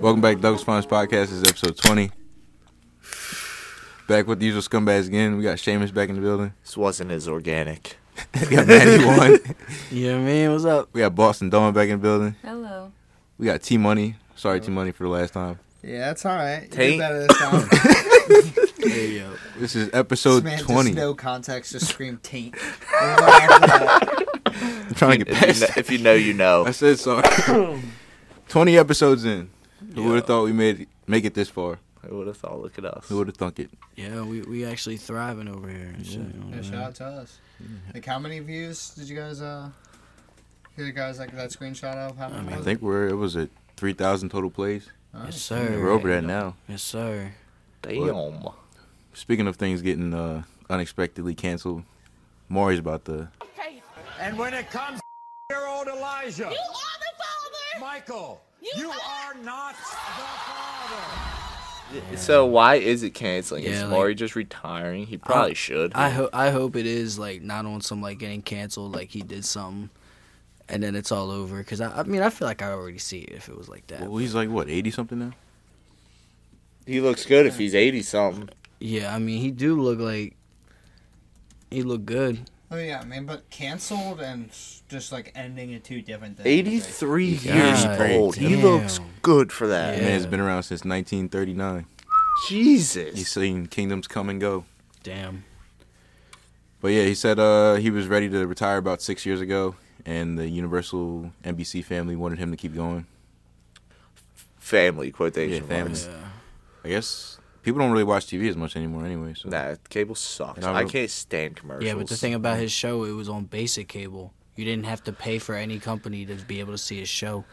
Welcome back, Douglas Funds Podcast. This is episode 20. Back with the usual scumbags again. We got Seamus back in the building. This wasn't as organic. We got Manny One. Yeah, man, what's up? We got Boston Dome back in the building. Hello. We got T Money. Sorry, T Money, for the last time. Yeah, that's all right. You did Taint. better this time. This There you go. This is episode man just 20. no context, just scream taint. And we're after that. I'm trying to get If past you, know, that. if you know, you know. I said sorry. 20 episodes in. Who would have thought we made make it this far? I would have thought, look at us. Who would have thunk it? Yeah, we we actually thriving over here. And shit, you know what Yeah, I shout mean? out to us. Like, how many views did you guys, uh, hear the guys like that screenshot of? How many I was think we're, it was at 3,000 total plays. it? All right. Yes, sir. We're over that now. Yes, sir. Damn. Speaking of things getting uh, unexpectedly canceled, Maury's about to And when it comes to year old Elijah, you are the father. Michael, you, are not the father. So why is it canceling? is Yeah, like- Maury just retiring? He probably should. I hope I hope it is like not on some like getting canceled, like he did something, and then it's all over. Cause I, I mean, I feel like I already see it if it was like that. Well, he's like what, eighty something now? he looks good if he's eighty something. yeah, I mean, he do look like he look good. Oh, yeah, I mean, but canceled and s- just like ending are two different things. Eighty three years God old. He damn. looks good for that. That Yeah. man's been around since 1939. Jesus. He's seen kingdoms come and go. Damn. But yeah, he said uh, he was ready to retire about six years ago, and the Universal NBC family wanted him to keep going. family quotation Yeah, family. marks. Yeah. I guess people don't really watch TV as much anymore, anyway. So Nah, cable sucks. And I I will- can't stand commercials. Yeah, but the thing about his show, it was on basic cable. You didn't have to pay for any company to be able to see his show.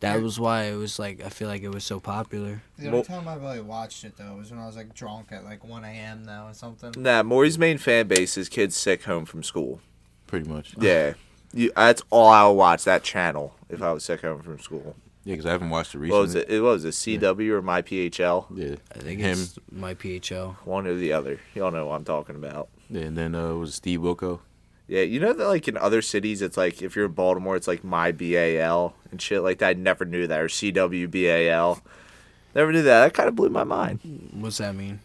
That was why it was like I feel like it was so popular. The only Well- time I really watched it, though, was when I was like drunk at like 1 a.m. now or something. Nah, Maury's main fan base is kids sick home from school. pretty much. Yeah, Yeah. You, that's all I'll watch that channel if I was sick home from school. because I haven't watched it recently. What was it? It was a CW or my PHL, Yeah, I think him. it's my PHL. one or the other. Y'all know what I'm talking about. Yeah, and then uh, it was Steve Wilco. Yeah, you know that like in other cities, it's like if you're in Baltimore, it's like my BAL and shit like that. I never knew that or CWBAL. Never knew that. That kind of blew my mind. What's that mean?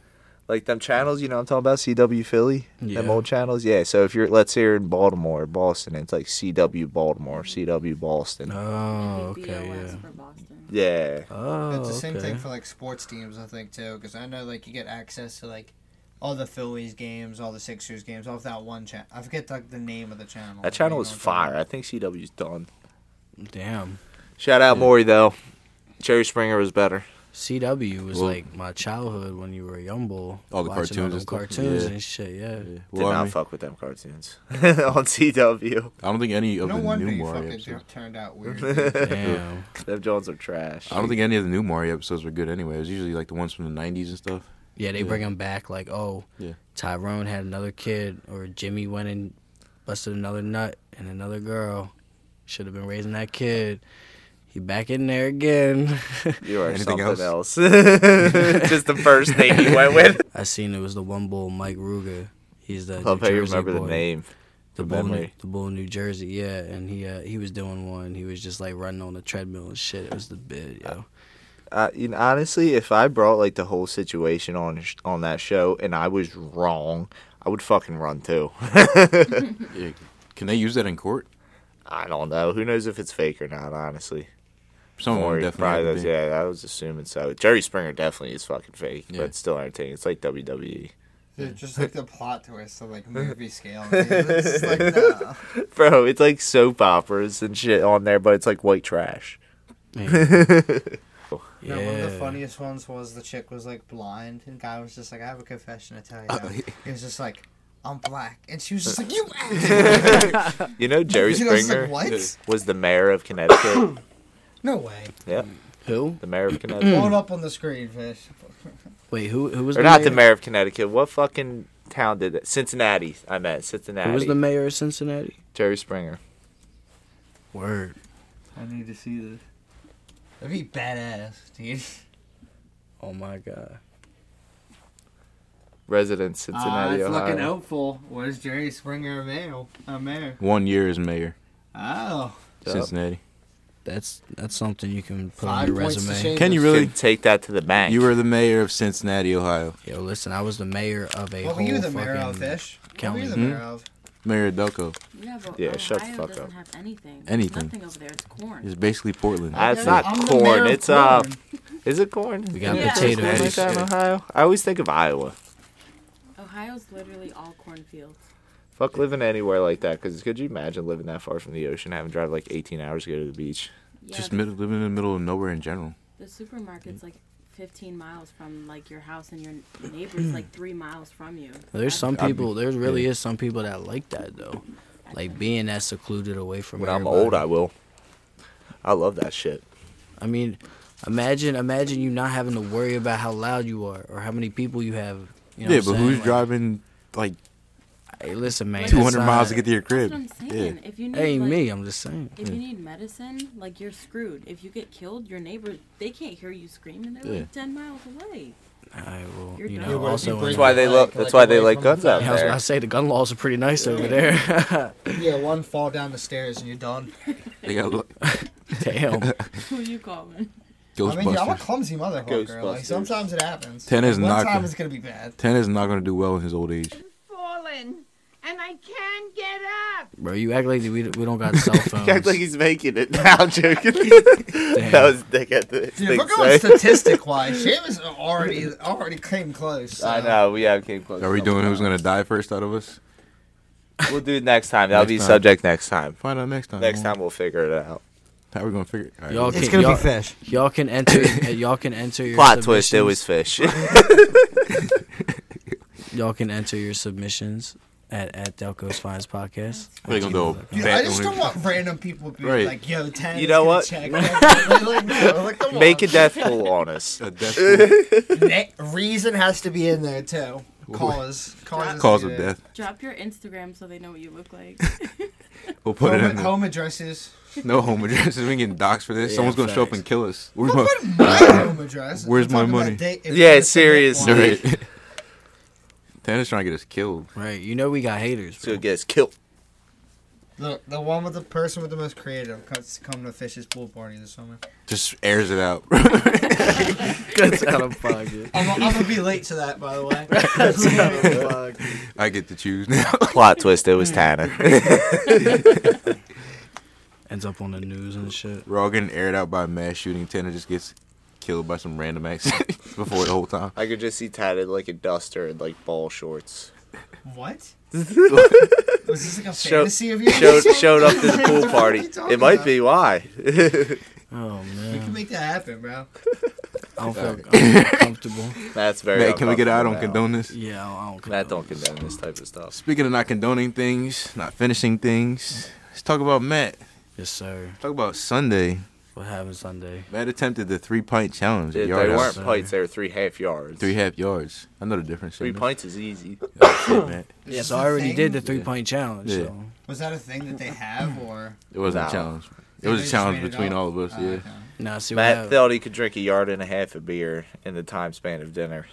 Like them channels, you know, I'm talking about CW Philly, them Yeah. old channels. Yeah. So if you're, let's say you're in Baltimore, or Boston, it's like CW Baltimore, CW Boston. Oh, okay, BOS yeah. for Boston. Yeah. Oh, It's the same okay. thing for like sports teams, I think too, because I know like you get access to like all the Phillies games, all the Sixers games, off that one channel. I forget like the name of the channel. That You channel know was what I'm fire. talking I think CW's done. Damn. Shout out Maury though. Jerry Springer was better. CW was Well- like my childhood when you were a young bull. All the watching cartoons and them stuff, cartoons yeah. and shit. Yeah. Yeah. Did Well, not I, mean, fuck with them cartoons on CW. I don't think any of about. No the wonder new you Mario fucking episodes. tur- turned out weird. Damn. Them Jones are trash. I don't think any of the new Mario episodes were good anyway. It was usually like the ones from the 90s and stuff. Yeah, they bring him back like, oh, Yeah. Tyrone had another kid, or Jimmy went and busted another nut and another girl. Should have been raising that kid. He back in there again. You are Anything something else? else. Just the first name you went with. I seen it was the one bull, Mike Ruger. He's the Love New how you Jersey remember boy. the name. The from bull, New, memory. the bull, New Jersey. Yeah, and he uh, he was doing one. He was just like running on the treadmill and shit. It was the bit, yo. Uh, you know, honestly, if I brought like the whole situation on sh- on that show and I was wrong, I would fucking run too. Yeah. Can they use that in court? I don't know. Who knows if it's fake or not? Honestly, Some of them Maury definitely. probably had to does, be. yeah, I was assuming so. Jerry Springer definitely is fucking fake, Yeah. but still entertaining. It's like E. WWE. Dude, just like the plot twist of like movie scale. dude. It's like the, Bro, it's like soap operas and shit on there, but it's like white trash. no, one of the Yeah. funniest ones was the chick was like blind and guy was just like, I have a confession to tell you. He was just like, I'm black, and she was just like, you. Ass. You know, Jerry And I was Springer like, what? was the mayor of Connecticut. No way. yep, Who? the mayor of Blow it Connecticut. up on the screen, fish. Wait, who? Who was or the not mayor? the mayor of Connecticut. What fucking town did it? Cincinnati. I meant Cincinnati. Who was the mayor of Cincinnati? Jerry Springer. Word. I need to see this. That'd be badass, dude. Oh my god. Resident Cincinnati, Ah, that's looking Ohio. helpful. Where's Jerry Springer a mayor? A mayor. One year as mayor, Oh. Yep. Cincinnati. That's that's something you can put Five on your points to resume. Shane. Can you Really? really? take that to the bank. You were the mayor of Cincinnati, Ohio. Yo, listen, I was the mayor of a What were whole you the fucking mayor of, Fish? What were county. you the Hmm? mayor of? Mayor of Delco. Yeah, but Yeah, Ohio shut the fuck doesn't up. have anything. Anything. Nothing over there. It's corn. It's basically Portland. Ah, it's Yeah, not I'm the mayor corn. of It's uh, corn. is it corn? We got Yeah. potatoes. Like that in Ohio? I always think of Iowa. Ohio's literally all cornfields. Fuck living anywhere like that. Because could you imagine living that far from the ocean, having to drive like 18 hours to go to the beach? Yeah, Just the, middle, living in the middle of nowhere in general. the supermarket's like 15 miles from like your house, and your neighbor's like three miles from you. There's That's- some I'd be- people. There really is some people that like that though, like being that secluded away from. When I'm everybody. old, I will. I love that shit. I mean, imagine imagine you not having to worry about how loud you are or how many people you have. You know yeah, what I'm but saying? who's Like, driving like Hey, listen, man. Like, that's 200 not- miles to get to your That's crib? what I'm saying. Yeah. If you need, Hey, like, me. I'm just saying. If you need medicine, like you're screwed. If you get killed, your neighbor they can't hear you scream, and they're Yeah. like ten miles away. I will. You're You done. Yeah, know, what if also. you bring- That's why they love. Like, That's like why they away like from guns the out fire. Yeah, I was there. about to say the gun laws are pretty nice over there. Yeah, one fall down the stairs and you're done. They got lo- Damn. Who you calling? I mean, yeah, I'm a Ghostbusters. clumsy motherfucker. Like Ghostbusters. sometimes it happens. Ten is One not time gonna- it's gonna be bad. Ten is not going to do well in his old age. fallen, and I can't get up. Bro, you act like we, we don't got cell phones. He act like he's making it. Now I'm joking. that was dick at the Dude, if thing, we're sorry. going statistic wise, Sheamus already already came close. so- I know we have came close. Are we doing who's going to die first out of us? We'll do it next time. That'll Next be time. subject next time. Find out next time. Next man. time we'll figure it out. How we going to figure it? All right, Y'all well, can, It's gonna y'all, be fish. Y'all can enter. uh, y'all can enter your Plot twist. It submissions- was fish. Y'all can enter your submissions at at Delco's Finds Podcast. What are they going to do? Dude, Bat- I just don't want random people to be Right. like, "Yo, ten." You is know gonna what? Check. like, like, no, like, come Make a on. death pool on us. a death Ne- reason has to be in there too. Cause, cause, has to cause be of there. death. Drop your Instagram so they know what you look like. We'll put it Home, in there. home addresses. No home addresses. We getting doxxed for this. Yeah, Someone's going to show up facts. and kill us. Where's What my... about my home address? Where's I'm my talking about money? date- if Yeah, you're gonna submit seriously. one. Right. Ten is trying to get us killed. Right. You know we got haters. So Bro. it gets killed. The, the one with the person with the most creative comes come to Fish's pool party this summer. Just airs it out. That's out of pocket. I'm, I'm gonna be late to that, by the way. I get to choose now. Plot twist. It was Tanner. Ends up on the news and shit. We're all getting aired out by a mass shooting. Tanner just gets killed by some random accident before the whole time. I could just see Tanner like a duster and like ball shorts. what? Was this like a Show- fantasy of yours? Showed showed up to the pool What are party. you talking It might about? be why. Oh You can man, make that happen, bro. I don't feel, I don't feel comfortable. That's very. Matt, can we get out? I don't uncomfortable now. condone this. Yeah, I don't. Matt don't condone this type of stuff. Speaking of not condoning things, not finishing things, let's talk about Matt. Yes, sir. Talk about Sunday. What happened Sunday? Matt attempted the three pint challenge. Dude, At they yard weren't house. Sorry. pints. They were three half yards. Three half yards. I know the difference. Three Shayna. pints is easy. Oh, shit, Matt. Yeah, This so is I a already thing? did the three point challenge. Yeah. So. Was that a thing that they have, or It wasn't Nah. a challenge. It They was a just challenge made it between up? all of us. Oh, Yeah. okay. Now see what Matt happened. thought he could drink a yard and a half of beer in the time span of dinner.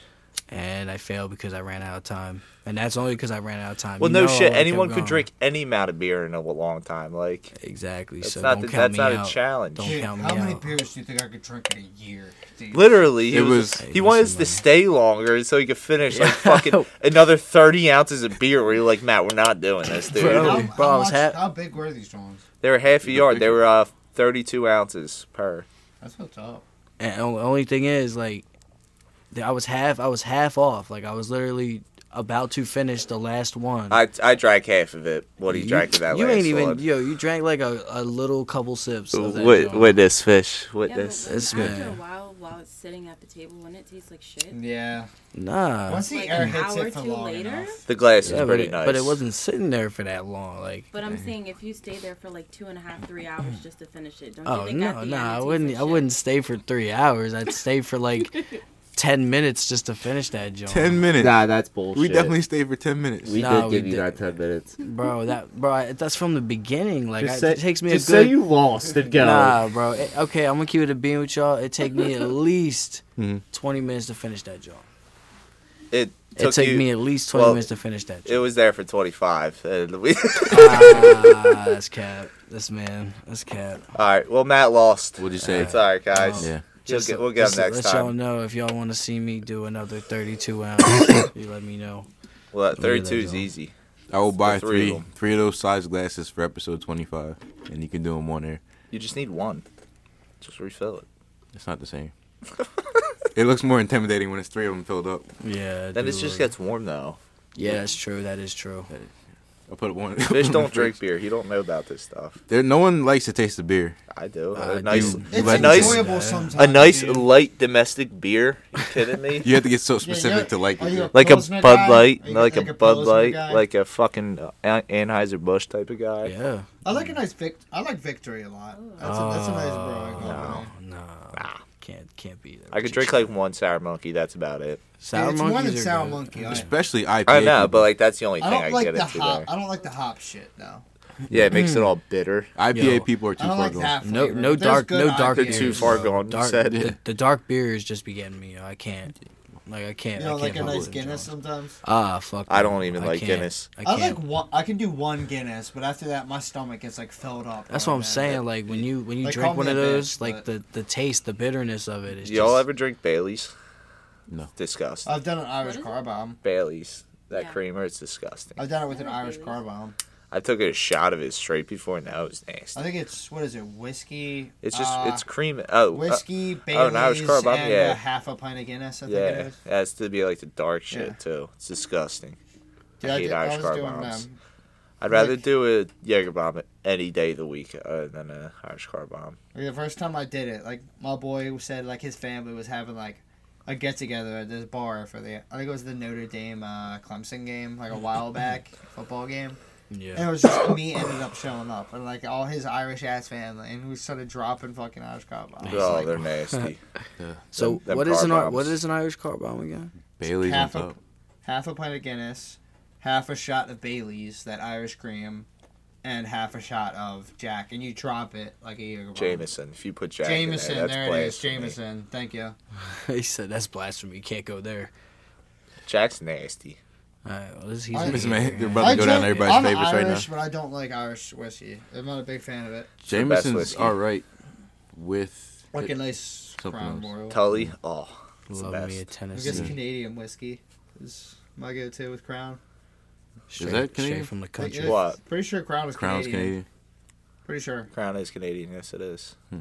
and I failed because I ran out of time. And that's only because I ran out of time. Well, You no know I shit. would've Anyone kept could going. drink any amount of beer in a long time. Like Exactly. that's so not don't the, that's count me not out. a challenge. Don't Dude, count me how many out. beers do you think I could drink in a year? Dude? Literally, he It was, was- he wanted us to stay longer so he could finish like fucking Yeah. another thirty ounces of beer. Where you're like, Matt, we're not doing this, dude. Bro. How, how, I was much- hap- how big were these drawings? They were half a yard. They were uh, thirty-two ounces per. That's what's up. And on- only thing is, like, that I was half. I was half off. Like I was literally about to finish the last one. I I drank half of it. What he drank of that You last ain't even one. yo. You drank like a, a little couple sips. Of that Wit- joint. witness fish. Yeah, but Witness. This when- after man. a while, while it's sitting at the table, wouldn't it taste like shit? Mm-hmm. Yeah. Nah. Once the Like air an hits hour it for or two long later? enough. The glass Yeah, is but pretty it, nice. but it wasn't sitting there for that long. Like. But I'm saying if you stay there for like two and a half, three hours just to finish it, don't you Mm. Oh think at no, no, the end it I tastes wouldn't. like I shit? wouldn't stay for three hours. I'd stay for like ten minutes just to finish that joint. Ten minutes. that's bullshit. we definitely stayed for ten minutes. We Nah, did we give you did. that ten minutes. bro. That bro, I- that's from the beginning. Like I, it takes me just a good. say you lost and go. Nah, bro. It- okay, I'm gonna Mm-hmm. keep it a bean with y'all. It take me at least Mhm. twenty minutes to finish that job. it It took you- me at least 20 well, minutes to finish that. It was there for 25. And we, ah, that's cap. This man. That's cap. all right. Well, Matt lost. What'd you say? It's all right, guys. Oh. Yeah. We'll Just get, to- we'll get just him to next let y'all time. know if y'all want to see me do another 32 ounce, you let me know. Well, We'll get 32 is that done. easy. I will buy The three three of three of, them. those size glasses for episode twenty five, and you can do them on there. You just need one. Just refill it. It's not the same. it looks more intimidating when it's three of them filled up. Yeah. I Then it do just look- gets warm though. Yeah, that's true. That is true. I put one. Fish don't drink beer. He don't know about this stuff. There, no one likes to taste the beer. I do. I a nice, do. It's a nice, enjoyable Yeah. sometimes. a nice dude. light domestic beer. You kidding me? You have to get so Yeah, specific yeah. to like Are it. you though. Like a Pilsner guy? Bud Light, Are you like, like a a Bud Pilsner Light, guy? like a fucking uh, An- Anheuser Busch type of guy. Yeah. I like a nice Vic. I like Victory a lot. That's a, that's a nice brewing company. Nah. Oh, Can't can't be that. I could drink like one sour monkey. That's about it. Yeah, Sour it's monkeys one in are Sour good. Monkey. I, Especially IPA. I know, people. but like that's the only I thing I, don't can like get the Mm. into hop. there. I don't like the hop shit though. Yeah, it makes it all bitter. IPA Yo. people are too I don't far like gone. that. No, flavor, no but there's dark, good no dark. They're IPAs. beers, too far though. gone, you Dark, said. The, the dark beers just be getting me. I can't, like, I can't. You know, I like can't a fuck nice with them, Guinness John. sometimes. Ah, fuck. I don't no. even I like can't. Guinness. I I can't. like one. I can do one Guinness, but after that, my stomach gets like filled up. That's all what I'm day. saying. Like when you when you Like, drink call one me of a bitch, those, like but- the the taste, the bitterness of it is. Y'all just, ever drink Bailey's? No. Disgusting. I've done an Irish is it? car bomb. Bailey's. That Yeah. creamer, it's disgusting. I've done it with an I like Irish Baileys. car bomb. I took a shot of it straight before, and that was nasty. I think it's what is it? Whiskey. It's just, uh, it's cream. Oh, uh, whiskey, Bailey's, oh, an Irish Car Bomb, and yeah. a half a pint of Guinness. I think it yeah, is. it has to be like the dark shit Yeah. too. It's disgusting. Dude, I I hate did- I Irish was car doing, bombs. um, I'd rather Like- do a Jaeger bomb any day of the week uh, than a Irish car bomb. Like the first time I did it, like my boy said, like his family was having like a get together at this bar for the I think it was the Notre Dame uh, Clemson game, like a while back football game, and Yeah. it was just me ended up showing up and like all his Irish ass family, and we started dropping fucking Irish car bombs. Oh, like, they're nasty. So them- them what is car an Ir- what bombs. is an Irish car bomb again? Bailey's on half a top. half a pint of Guinness, half a shot of Bailey's, that Irish cream, and half a shot of Jack, and you drop it like a Jager bomb. Jameson. If you put Jack Jameson, in there, that's there it is. blasphemy. Jameson, thank you. he said that's blasphemy. You can't go there. Jack's nasty. All right. Well, this, he's I- an This man- hater. they're about- Probably go down drink- everybody's I'm favorites right Irish, But I don't like Irish whiskey. I'm not a big fan of it. the best Jameson's whiskey. all right with. Like a it- nice something brown else. royal. Tully. Oh, it's the Love me a best. I guess Tennessee. Canadian whiskey is my go-to with Crown. Straight, that Canadian? straight from the I think country? it is. What? Pretty sure Crown is Crown's Canadian. Canadian. Pretty sure. Crown is Canadian. Yes, it is. Hmm.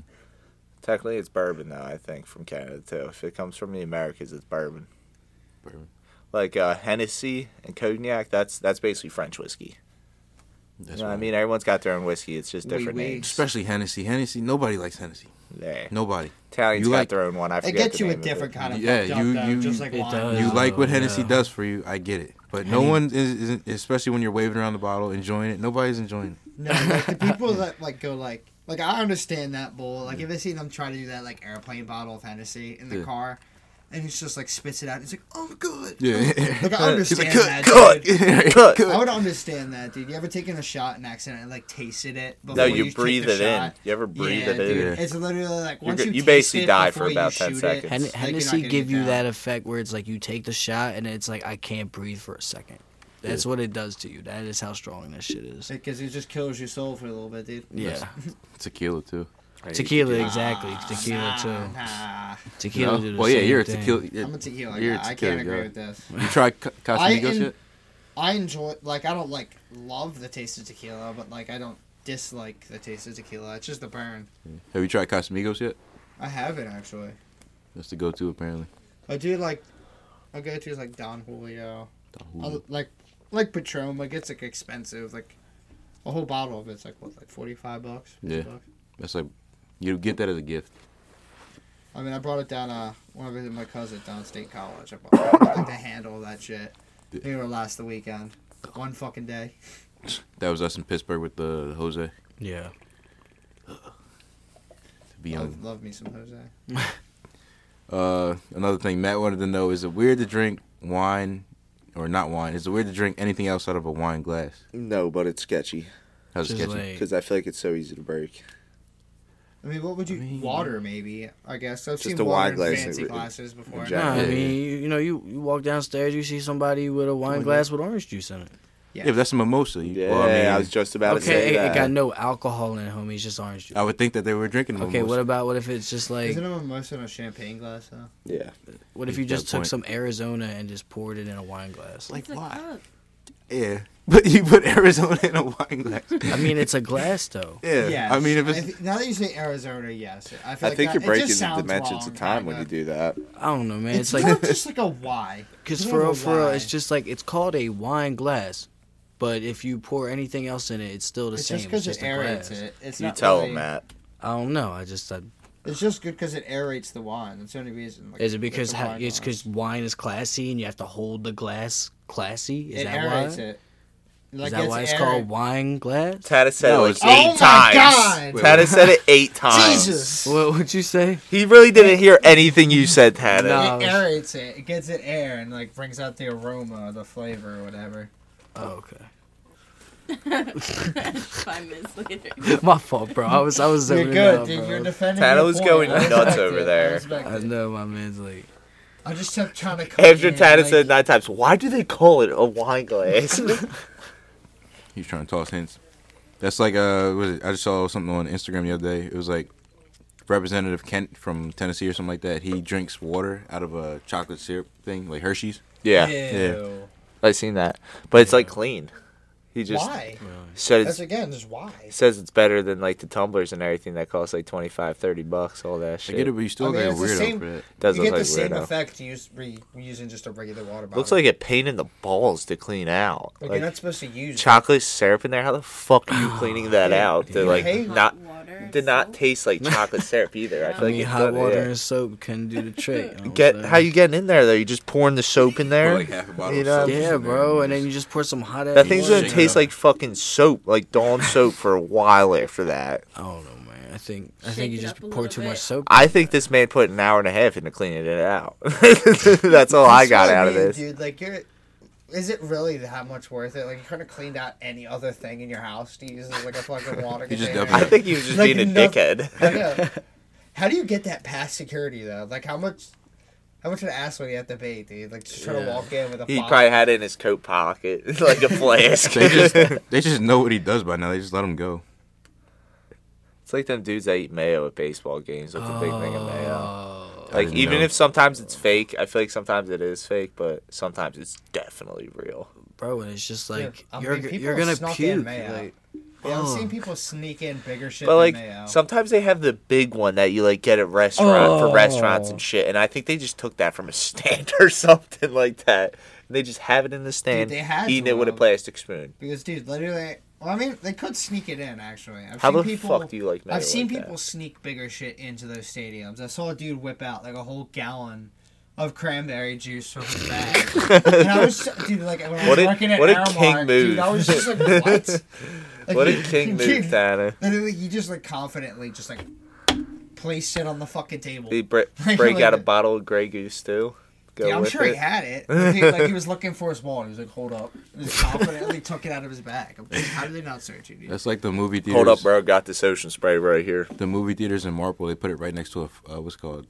Technically, it's bourbon though. I think from Canada too. If it comes from the Americas, it's bourbon. Bourbon. Like uh, Hennessy and cognac. That's that's basically French whiskey. You That's know what I right. mean, everyone's got their own whiskey. It's just Oui, different oui. names. Especially Hennessy. Hennessy. Nobody likes Hennessy. Yeah. Nobody. Italians You got like- their own one. I It forget gets the you a name of it. different kind of Yeah, fucked up, you- though, you- just like It wine. does. You Oh, like what Hennessy yeah. does for you. I get it. But no one is, is, especially when you're waving around the bottle, enjoying it. Nobody's enjoying it. No, like the people that like go like like I understand that bull. Like if I see them try to do that like airplane bottle of Hennessy in the Yeah. car, and it's just like spits it out. It's like oh good. Yeah. Like I He's understand like, that. cut, dude. cut, cut. I would understand that, dude. You ever taken a shot and accidentally like tasted it? No, before you, take breathe the it in. shot? You ever breathe yeah, it in? dude. Yeah. It's literally like once good- you, you taste basically it die before for you about 10 shoot it, seconds. like, Hen- you're not Hennessy gonna give get you out. that effect where it's like you take the shot and it's like I can't breathe for a second. That's what it does to you. That is how strong this shit is. because it just kills your soul for a little bit, dude. Yeah, Tequila too. tequila exactly. Tequila Ah, Nah, too. nah. Tequila. No? do the Well, yeah, same you're a thing. tequila. I'm a tequila You're a guy. I tequila can't agree guy. with this. You try Ca- Casamigos en- yet? I enjoy like I don't like love the taste of tequila, but like I don't dislike the taste of tequila. It's just the burn. Have you tried Casamigos yet? I haven't actually. That's the go-to apparently. I do like my go to is like Don Julio. I, like like Patron, like it's like expensive. Like a whole bottle of it's like what, like forty five bucks. 50 Yeah. bucks? That's like you get that as a gift. I mean, I brought it down uh when I visited my cousin down at State College. I bought like the handle of that shit. Yeah. They were last the weekend. One fucking day. That was us in Pittsburgh with the, the Jose to Yeah. be I on. love me some Jose. Uh, another thing Matt wanted to know is it weird to drink wine or not wine? Is it weird to drink anything else out of a wine glass? No, but it's sketchy How's it Just sketchy? like because I feel like it's so easy to break. I mean, what would you water? Maybe I guess I've Just seen a wine water in glass fancy in- glasses before. in general. Nah, I Yeah. mean, you, you know, you, you walk downstairs, you see somebody with a wine glass with orange juice in it. Yeah, but that's a mimosa. You- Yeah, well, I, mean, I was just about to say Okay, it, that. it uh, got no alcohol in it, homie. It's just orange juice. I would think that they were drinking a Okay, mimosa. what about what if it's just like Isn't it a mimosa in a champagne glass though? yeah, what if you Good just took point. some Arizona and just poured it in a wine glass? Like It's a why? cup. Yeah, but you put Arizona in a wine glass. I mean, it's a glass though. Yeah, I mean if it's thi- now that you say Arizona, yes, I, feel I think like that- you're it breaking just the sounds dimensions wrong, of time when you kinda. do that. I don't know, man. It's It's, like not just like a why. because It's for more real, of a for real, why. it's just like it's called a wine glass, but if you pour anything else in it, it's still the It's same. just because it's just it a glass. aerates it. It's You not tell really- him that. I don't know. I just uh, I, It's just good because it aerates the wine. That's the only reason. Like, is it with because the ha- wine it's glass. because wine is classy and you have to hold the glass classy? Is it that aerates why? it. Is Like, that why it's called wine glass? Tata said No, it it's- like eight Oh my times. God. Tata said it eight times. Jesus. What would you say? He really didn't hear anything you said, Tata. No. It aerates it. It gets it air and like brings out the aroma, or the flavor, or whatever. Oh, okay. Five minutes later. My fault, bro. I was I was You're zoning good, out, dude. bro. You're defending. Tana your was point. going I respect nuts it. over I there. respect I it. know my man's like I just kept trying to. come After in, Tata like, said nine times, why do they call it a wine glass? He's trying to toss hints. That's like uh, was it? I just saw something on Instagram the other day. It was like Representative Kent from Tennessee or something like that. He drinks water out of a chocolate syrup thing, like Hershey's. yeah, Ew. I seen that, but it's like clean. He just Why? said it's, That's again just why. says it's better than like the tumblers and everything that cost like 25, 30 bucks, all that I shit. get it, but you still I mean, like a it's the weirdo same- for that. Does you look get like the same weirdo. effect use, re, using just a regular water bottle. Looks like a pain in the balls to clean out. Like, Like, you're not supposed to use. it. chocolate syrup in there. How the fuck are you cleaning that out? To You like hate- not Hot water, did not soap. taste like chocolate syrup either. I I feel I like mean, it's hot done- water yeah. and soap couldn't do the trick. you know Get what I'm how you getting in there though? You just pouring the soap in there. Or, like half a bottle. You of know, soap saying? in Yeah, there, bro. And just- then you just pour some hot ass. That thing's water. gonna taste like fucking soap, like Dawn soap for a while after that. I don't know, man. I think I Shake think you it just up a pour little too bit. much soap. I think this man put an hour and a half into cleaning it out. That's all I That's got what out of mean, this. dude. Like you're. Is it really that much worth it? Like you kind of cleaned out any other thing in your house to use as like a fucking water You just container. dump I think he was just Like being a enough- dickhead. I know. How do you get that past security though? Like how much? How much of an asshole you have to be, dude? Like just try to Yeah. walk in with a. He bottle. probably had it in his coat pocket, like a flask. They just they just know what he does by now. They just let him go. It's like them dudes that eat mayo at baseball games with the big thing of mayo. Oh, Like didn't even know. if sometimes it's fake, I feel like sometimes it is fake, but sometimes it's definitely real. bro, and it's just Dude, like I you're mean, g- people you're gonna snuck puke. In mayo. like- yeah, I've seen Ugh. people sneak in bigger shit But like than mayo. sometimes they have the big one that you like get at restaurant for restaurants Oh. and shit, and I think they just took that from a stand or something like that. And they just have it in the stand, they had eating to it with a have. plastic spoon. Because, dude, literally, well, I mean, they could sneak it in. Actually, I've How seen the people. fuck do you like mayo? I've seen like that? people sneak bigger shit into those stadiums. I saw a dude whip out like a whole gallon of cranberry juice from his bag. and I was, dude, like when I was What a- working at what a Aramark, king move. dude, I was just like, what? Like, What a you- king dude, move, Tanner. Literally, you just like confidently just like placed it on the fucking table. They bre- Like, break out a like- bottle of Grey Goose too. Go Yeah, I'm with sure it. he had it. He, like he was looking for his wallet. He was like, "Hold up!" And just confidently took it out of his bag. I'm like, How did they not search you? Dude? That's like the movie theaters. Hold up, bro. Got this ocean spray right here. The movie theaters in Marple, they put it right next to a f- uh, what's it called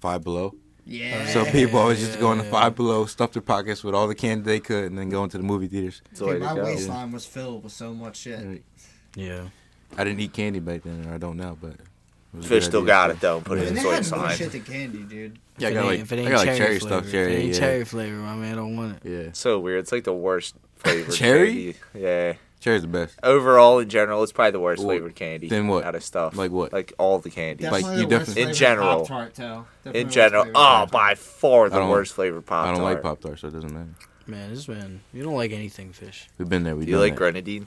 Five Below. Yeah. So people always used to go in the Five Below, stuff their pockets with all the candy they could, and then go into the movie theaters. It's the way Dude, my to go. waistline was filled with so much shit. yeah, I didn't eat candy back then, or I don't now, but. it was a Fish good still idea, got so- it though. and Put it in And they his had more waistline. shit than candy, dude. Yeah, I If got it like, ain't- if it ain't I got like cherry, flavor, stuff. if it Cherry, ain't yeah. cherry flavor, my man don't want it. Yeah, So weird. It's like the worst flavored Cherry? candy. Yeah. cherry's the best. Overall, in general, it's probably the worst Well, flavored candy. then what? Out of stuff. Like what? Like all the candy. Like, Definitely you the worst definitely- flavor In of general. Pop-Tart, though. Definitely in worst general, flavor oh, of Pop-Tart. by far I the don't- worst flavored pop I tart. don't like Pop Tarts, so it doesn't matter. Man, this man, you don't like anything fish. We've been there. We Do you done like that. grenadine?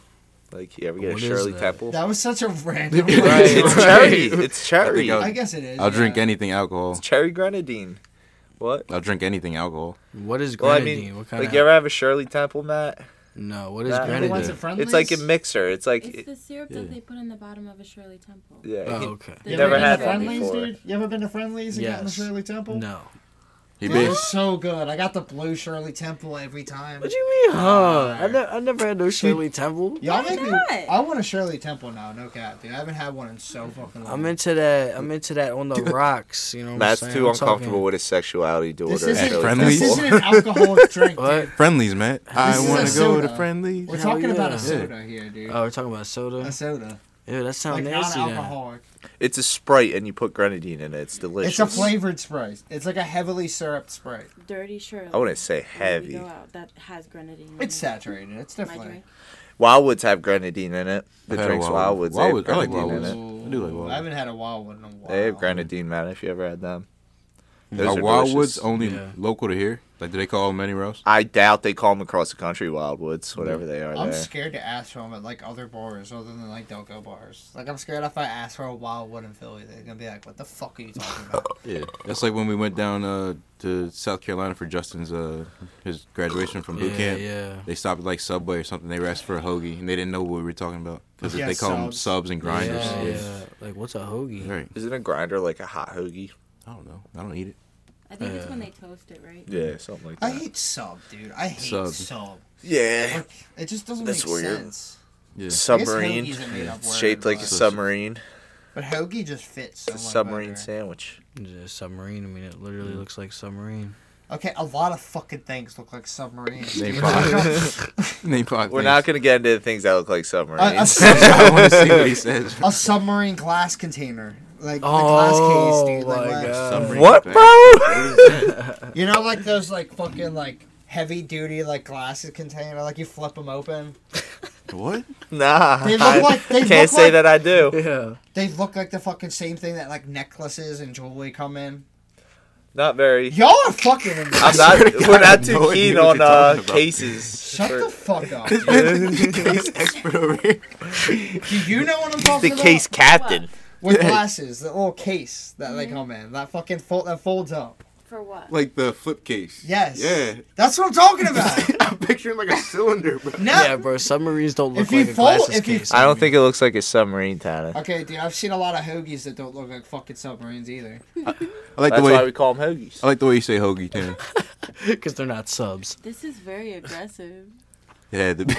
Like you ever get a What is Shirley that? Temple? That was such a random. Right, Right. it's cherry. It's cherry. I think I guess it is. I'll drink yeah. anything alcohol. It's cherry grenadine. What? I'll drink anything alcohol. What is Well, I grenadine? mean, what kind like of you ever have a Shirley Temple, Matt? no? What is Nah. The ones grenadine? at Friendly's? It's like a mixer. It's like, It's the syrup Yeah. that they put in the bottom of a Shirley Temple. yeah. Oh, okay. They You Never ever been had to one Friendly's, before. dude? You ever been to Friendly's and gotten the Yes. Shirley Temple? No, He Dude, it big. was so good. I got the blue Shirley Temple every time. What you mean, huh? I, ne- I never had no Shirley Temple. Y'all Why make me. not? I want a Shirley Temple now. No cap, dude. I haven't had one in so fucking long. I'm into that. I'm into that on the rocks. You know, what I'm Matt's saying? too I'm uncomfortable talking- with his sexuality disorder. This Hey, isn't, Shirley friendlies? this Temple. isn't an alcoholic drink, What? dude. Friendlies, Matt. I is a want to go to soda. friendlies. We're Hell talking about yeah. a soda here, dude. Oh, we're talking about soda. a soda, Yeah, that sounds like Oh, nasty. Then. non-alcoholic. It's a Sprite and you put grenadine in it. It's delicious. It's a flavored Sprite. It's like a heavily syruped Sprite. Dirty Shirley. I wouldn't say When heavy. we go out, that has grenadine. in It's it. saturated. It's My definitely. drink. Wildwoods have grenadine in it. The I've had a drinks Wildwood. Wildwoods. they have Wildwood- I like grenadine in Wildwoods. it. Ooh, I do like Wild I haven't had a wild one in a while. They have grenadine, man. If you ever had them, those Mm-hmm. Are are Wildwoods delicious. only Yeah. local to here? Like, do they call them anywhere else? I doubt they call them across the country Wildwoods, whatever they are I'm there. scared to ask for them at like other bars other than like Delco bars. Like I'm scared if I ask for a Wildwood in Philly, they're gonna be like, "What the fuck are you talking about?" Yeah, that's like when we went down uh, to South Carolina for Justin's uh, his graduation from boot Yeah, camp. yeah. They stopped at like Subway or something. They were asked for a hoagie, and they didn't know what we were talking about because Yeah, they call them subs. subs and grinders. Yeah, Yeah, yeah. Like, what's a hoagie? Right. Isn't a grinder like a hot hoagie? I don't know. I don't eat it. I think it's when they toast it, right? Yeah, something like I hate sub, dude. I hate Sub. sub. Yeah, Like, it just doesn't That's make weird. sense. Yeah. I guess submarine. hoagie's a made-up It's word, shaped like a but- submarine. But hoagie just fits. So It's a much submarine better. sandwich. Just submarine. I mean, it literally looks like submarine. Okay, a lot of fucking things look like submarines. Name dude. five. Name five. We're things. not gonna get into the things that look like a, a submarines. sub- I want to see what he says. a submarine glass container, like Oh, the glass case, dude. Like, my what? God. Submarine what, thing. bro? You know, like those like fucking like heavy duty like glasses container, like you flip them open. What? nah, They look I like- they can't look say like- that I do. Yeah. They look like the fucking same thing that like necklaces and jewelry come in. Not very. Y'all are fucking. in I'm swear not. to God, We're I not have too no idea keen what on you're uh, talking about. cases. Shut for- the fuck up. Case expert over here. Do you know what I'm talking the about? case captain. with glasses, the little case that they come in, that fucking fold that folds up. For what? Like the flip case. Yes. Yeah. That's what I'm talking about. I'm picturing like a cylinder, bro. No. Yeah, bro. Submarines don't look If you like a fold- glasses if you- case. I don't think it looks like a submarine, Tana. Okay, dude, I've seen a lot of hoagies that don't look like fucking submarines either. I like That's the way why we call them hoagies. I like the way you say hoagie too. because they're not subs. This is very aggressive. It had to be. It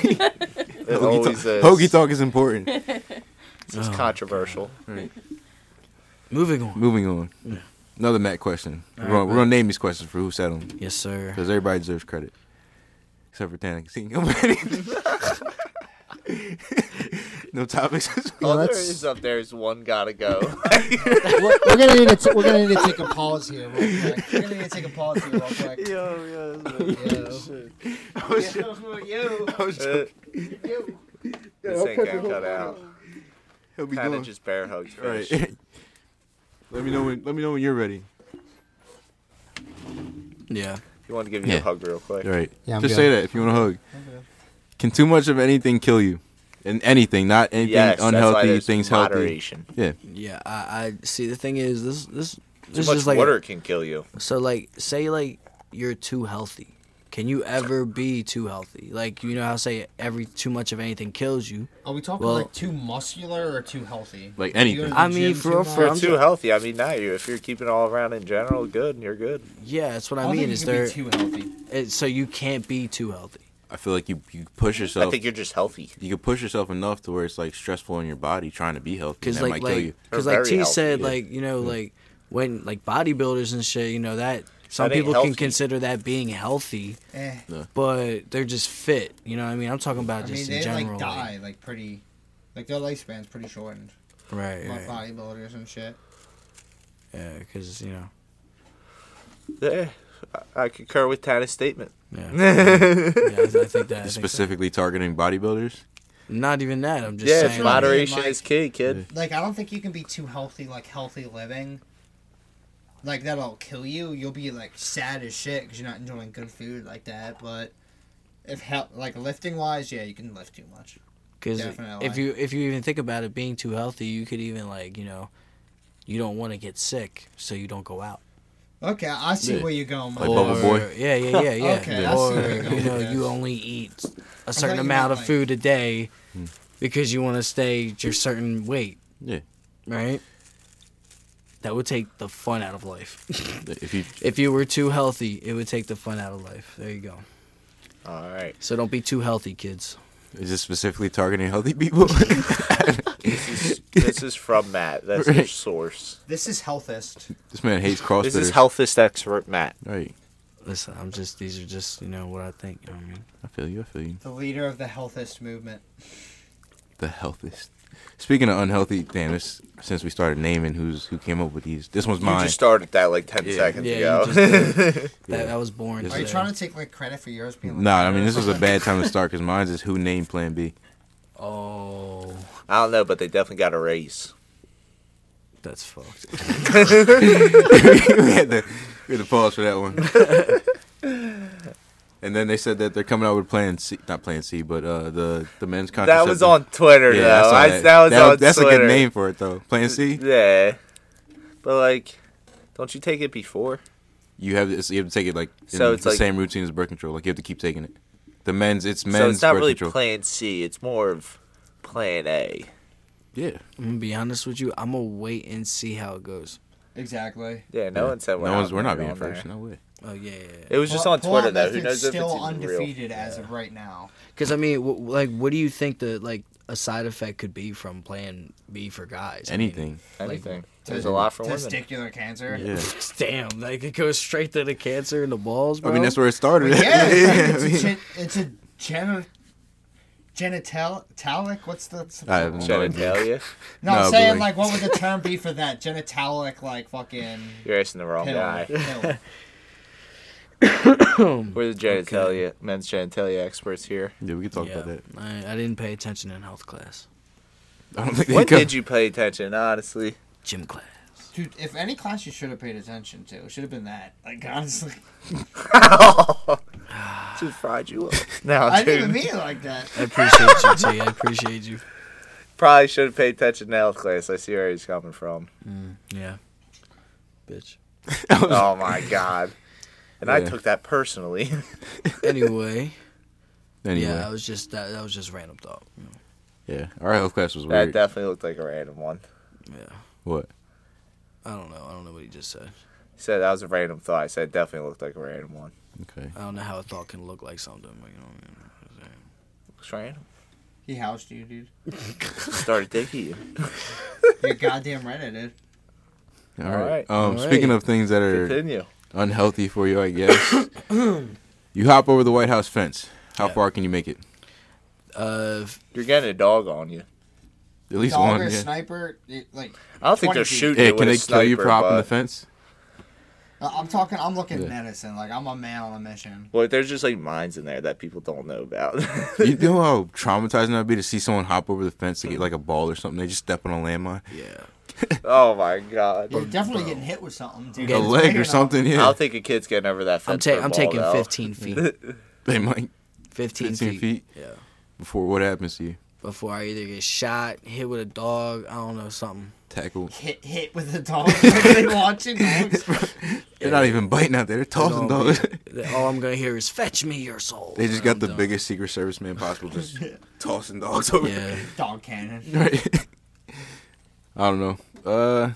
Hoagie, always talk, is. hoagie talk is important. It's Oh, controversial. Moving on. Moving on. Another Matt question. we're, All right, gonna, we're bet. gonna name these questions for who said them Yes, sir. because everybody deserves credit, except for Tana. See, nobody. no topics. All there let's- is up there is one gotta go. we're, we're gonna need to t- we're gonna need to take a pause here real quick. We're gonna need to take a pause here real quick. Oh, yo, I was joking. I Uh, was joking. this ain't gonna cut out. He'll be Kind doing. of just bear hugs. All right. Right. let me know when. Let me know when you're ready. Yeah. You want to give you Yeah. a hug real quick? All right. Yeah, I'm Just good. say that if you want a hug. Can too much of anything kill you? And anything, not anything Yes, that's why unhealthy, there's things moderation. healthy. Yeah. Yeah. I, I see. The thing is, this this Too this much is like water can kill you. So like say like you're too healthy. Can you ever be too healthy? Like you know how say every too much of anything kills you. Are we talking Well- like too muscular or too healthy? Like You anything. go to the I mean, gym for too real, much? for real, You're I'm too ju- healthy. I mean, not you. If you're keeping all around in general good, you're good. Yeah, that's what I, I don't mean. think Is you can there be too healthy. it, so you can't be too healthy? I feel like you you push yourself. I think you're just healthy. you can push yourself enough to where it's like stressful on your body trying to be healthy. And Because that like might kill you. like because They're like very T healthy, said yeah. like you know like when like bodybuilders and shit you know that some That ain't people healthy. can consider that being healthy, Eh. but they're just fit. You know what I mean? I'm talking about I mean, just they in general. like die like pretty, like their lifespan's pretty shortened. Right. Like right. bodybuilders and shit. Yeah. Because you know. Yeah, I- I concur with Tana's statement. Yeah. yeah I, I think that. I think so. Specifically targeting bodybuilders. Not even that. I'm just Yeah, saying. like- moderation Like- is key, kid. Like I don't think you can be too healthy, like healthy living. Like that'll kill you. You'll be like sad as shit because you're not enjoying good food like that. But if hel- like lifting wise, yeah, you can lift too much. Because Definitely. if you if you even think about it, being too healthy, you could even like you know, you don't want to get sick, so you don't go out. Okay, I see Yeah. where you're going. Like with Bubble that. Boy? Yeah, yeah, yeah, yeah. Okay, I see or where you're going you know, with you this. only eat a you certain meant, amount of like- food a day Hmm. because you want to stay your certain weight, Yeah. right? That would take the fun out of life. If you if you were too healthy, it would take the fun out of life. There you go. All right. So don't be too healthy, kids. is this specifically targeting healthy people? This is, this is from Matt. That's your Right. source. This is healthist. this man hates CrossFitters. This is healthist expert Matt. Right. Listen, I'm just these are just you know what I think. You know what I mean? I feel you. I feel you. The leader of the healthist movement. The healthiest. Speaking of unhealthy, damn this. Since we started naming who's who came up with these, this one's You mine. just started that like ten Yeah. seconds Yeah, ago. you just, did. that Yeah. that was boring. Are Are you today. trying to take like credit for yours being? Like, Nah, I mean this was a bad time to start because mine's is who named Plan B. Oh, I don't know, but they definitely got a raise. that's fucked. we had to we had to pause for that one. and then they said that they're coming out with Plan C, not Plan C, but uh, the the men's contraceptive. That was on Twitter Yeah, I though. saw I, that. that. was That- on That's Twitter. a good name for it though. Plan C. Yeah. But like don't you take it before? You have to, you have to take it like in So it's the like- same routine as birth control. Like you have to keep taking it. The men's it's men's so it's not birth really control. plan C, it's more of plan A. yeah, I'm gonna be honest with you. I'm gonna wait and see how it goes. Exactly. Yeah, no one said no we're one's we're not going being on there. first. No way. Oh yeah, It was just on Pull- pull-out Twitter though. Who method's knows if it's still even undefeated real? as of right now. Because I mean, w- like, what do you think the like a side effect could be from Plan B for guys? I mean, Anything. Anything. There's a lot for women. Testicular cancer. Yeah. damn, like it goes straight to the cancer and the balls, I bro. mean that's where it started. Yeah, it's, I it's, a, mean- gen- it's a geni- genitalic. What's the? I have no idea. Genitalia. No, I'm No, saying but like- like, what would the term be for that? Genitalic, like fucking You're asking the wrong pill. guy. pill. We're the genitalia, men's genitalia experts here. Yeah, we can talk yeah, about that. I, I didn't pay attention in health class, I don't think they When come- did you pay attention, honestly? gym class. Dude, if any class you should have paid attention to, it should have been that. Like honestly, Just fried you up. No, I dude. didn't even mean it like that. I appreciate you, T. I appreciate you. Probably should have paid attention to health class. I see where he's coming from. Mm, Yeah, bitch. oh my god. And I Yeah. took that personally. Anyway, Anyway, yeah, I yeah. was just that. That was just random thought. you know. Our health class was that weird. definitely looked like a random one. Yeah, what? I don't know. I don't know what he just said. He said that was a random thought. I said it definitely looked like a random one. Okay. I don't know how a thought can look like something. But, you know, what I mean? Looks random. He housed you, dude. Started digging you. You're goddamn right, I did. All All right. right. Um, All speaking right. of things that are Continue. unhealthy for you, I guess. you hop over the White House fence. How far can you make it? uh, You're getting a dog on you. At least Dog one. or Yeah. sniper, it, like I don't think 20 they're feet. shooting. Yeah, you can they with a kill you sniper, for hopping the but- fence? I- uh, I'm talking. I'm looking Yeah. medicine. Like I'm a man on a mission. Well, there's just like mines in there that people don't know about. you know how traumatizing that would be to see someone hop over the fence to get like a ball or something. They just step on a landmine, yeah. oh my god. You're definitely getting hit with something, dude. a It's leg or something. I Yeah, don't think a kid's getting over that I'm, fence. ta- for a I'm ball, taking though. 15 feet. 15, they might 15 feet. feet. Yeah. before what happens to you. Before I either get shot, hit with a dog, I don't know, something. Tackle. Hit hit with a dog. they watching dogs. They're not even biting out there. They're tossing They're gonna dogs. be- all I'm going to hear is, fetch me your soul. they just And got I'm the done. biggest Secret Service man possible, just tossing dogs over. Yeah. Dog cannon. Right. I don't know. Uh,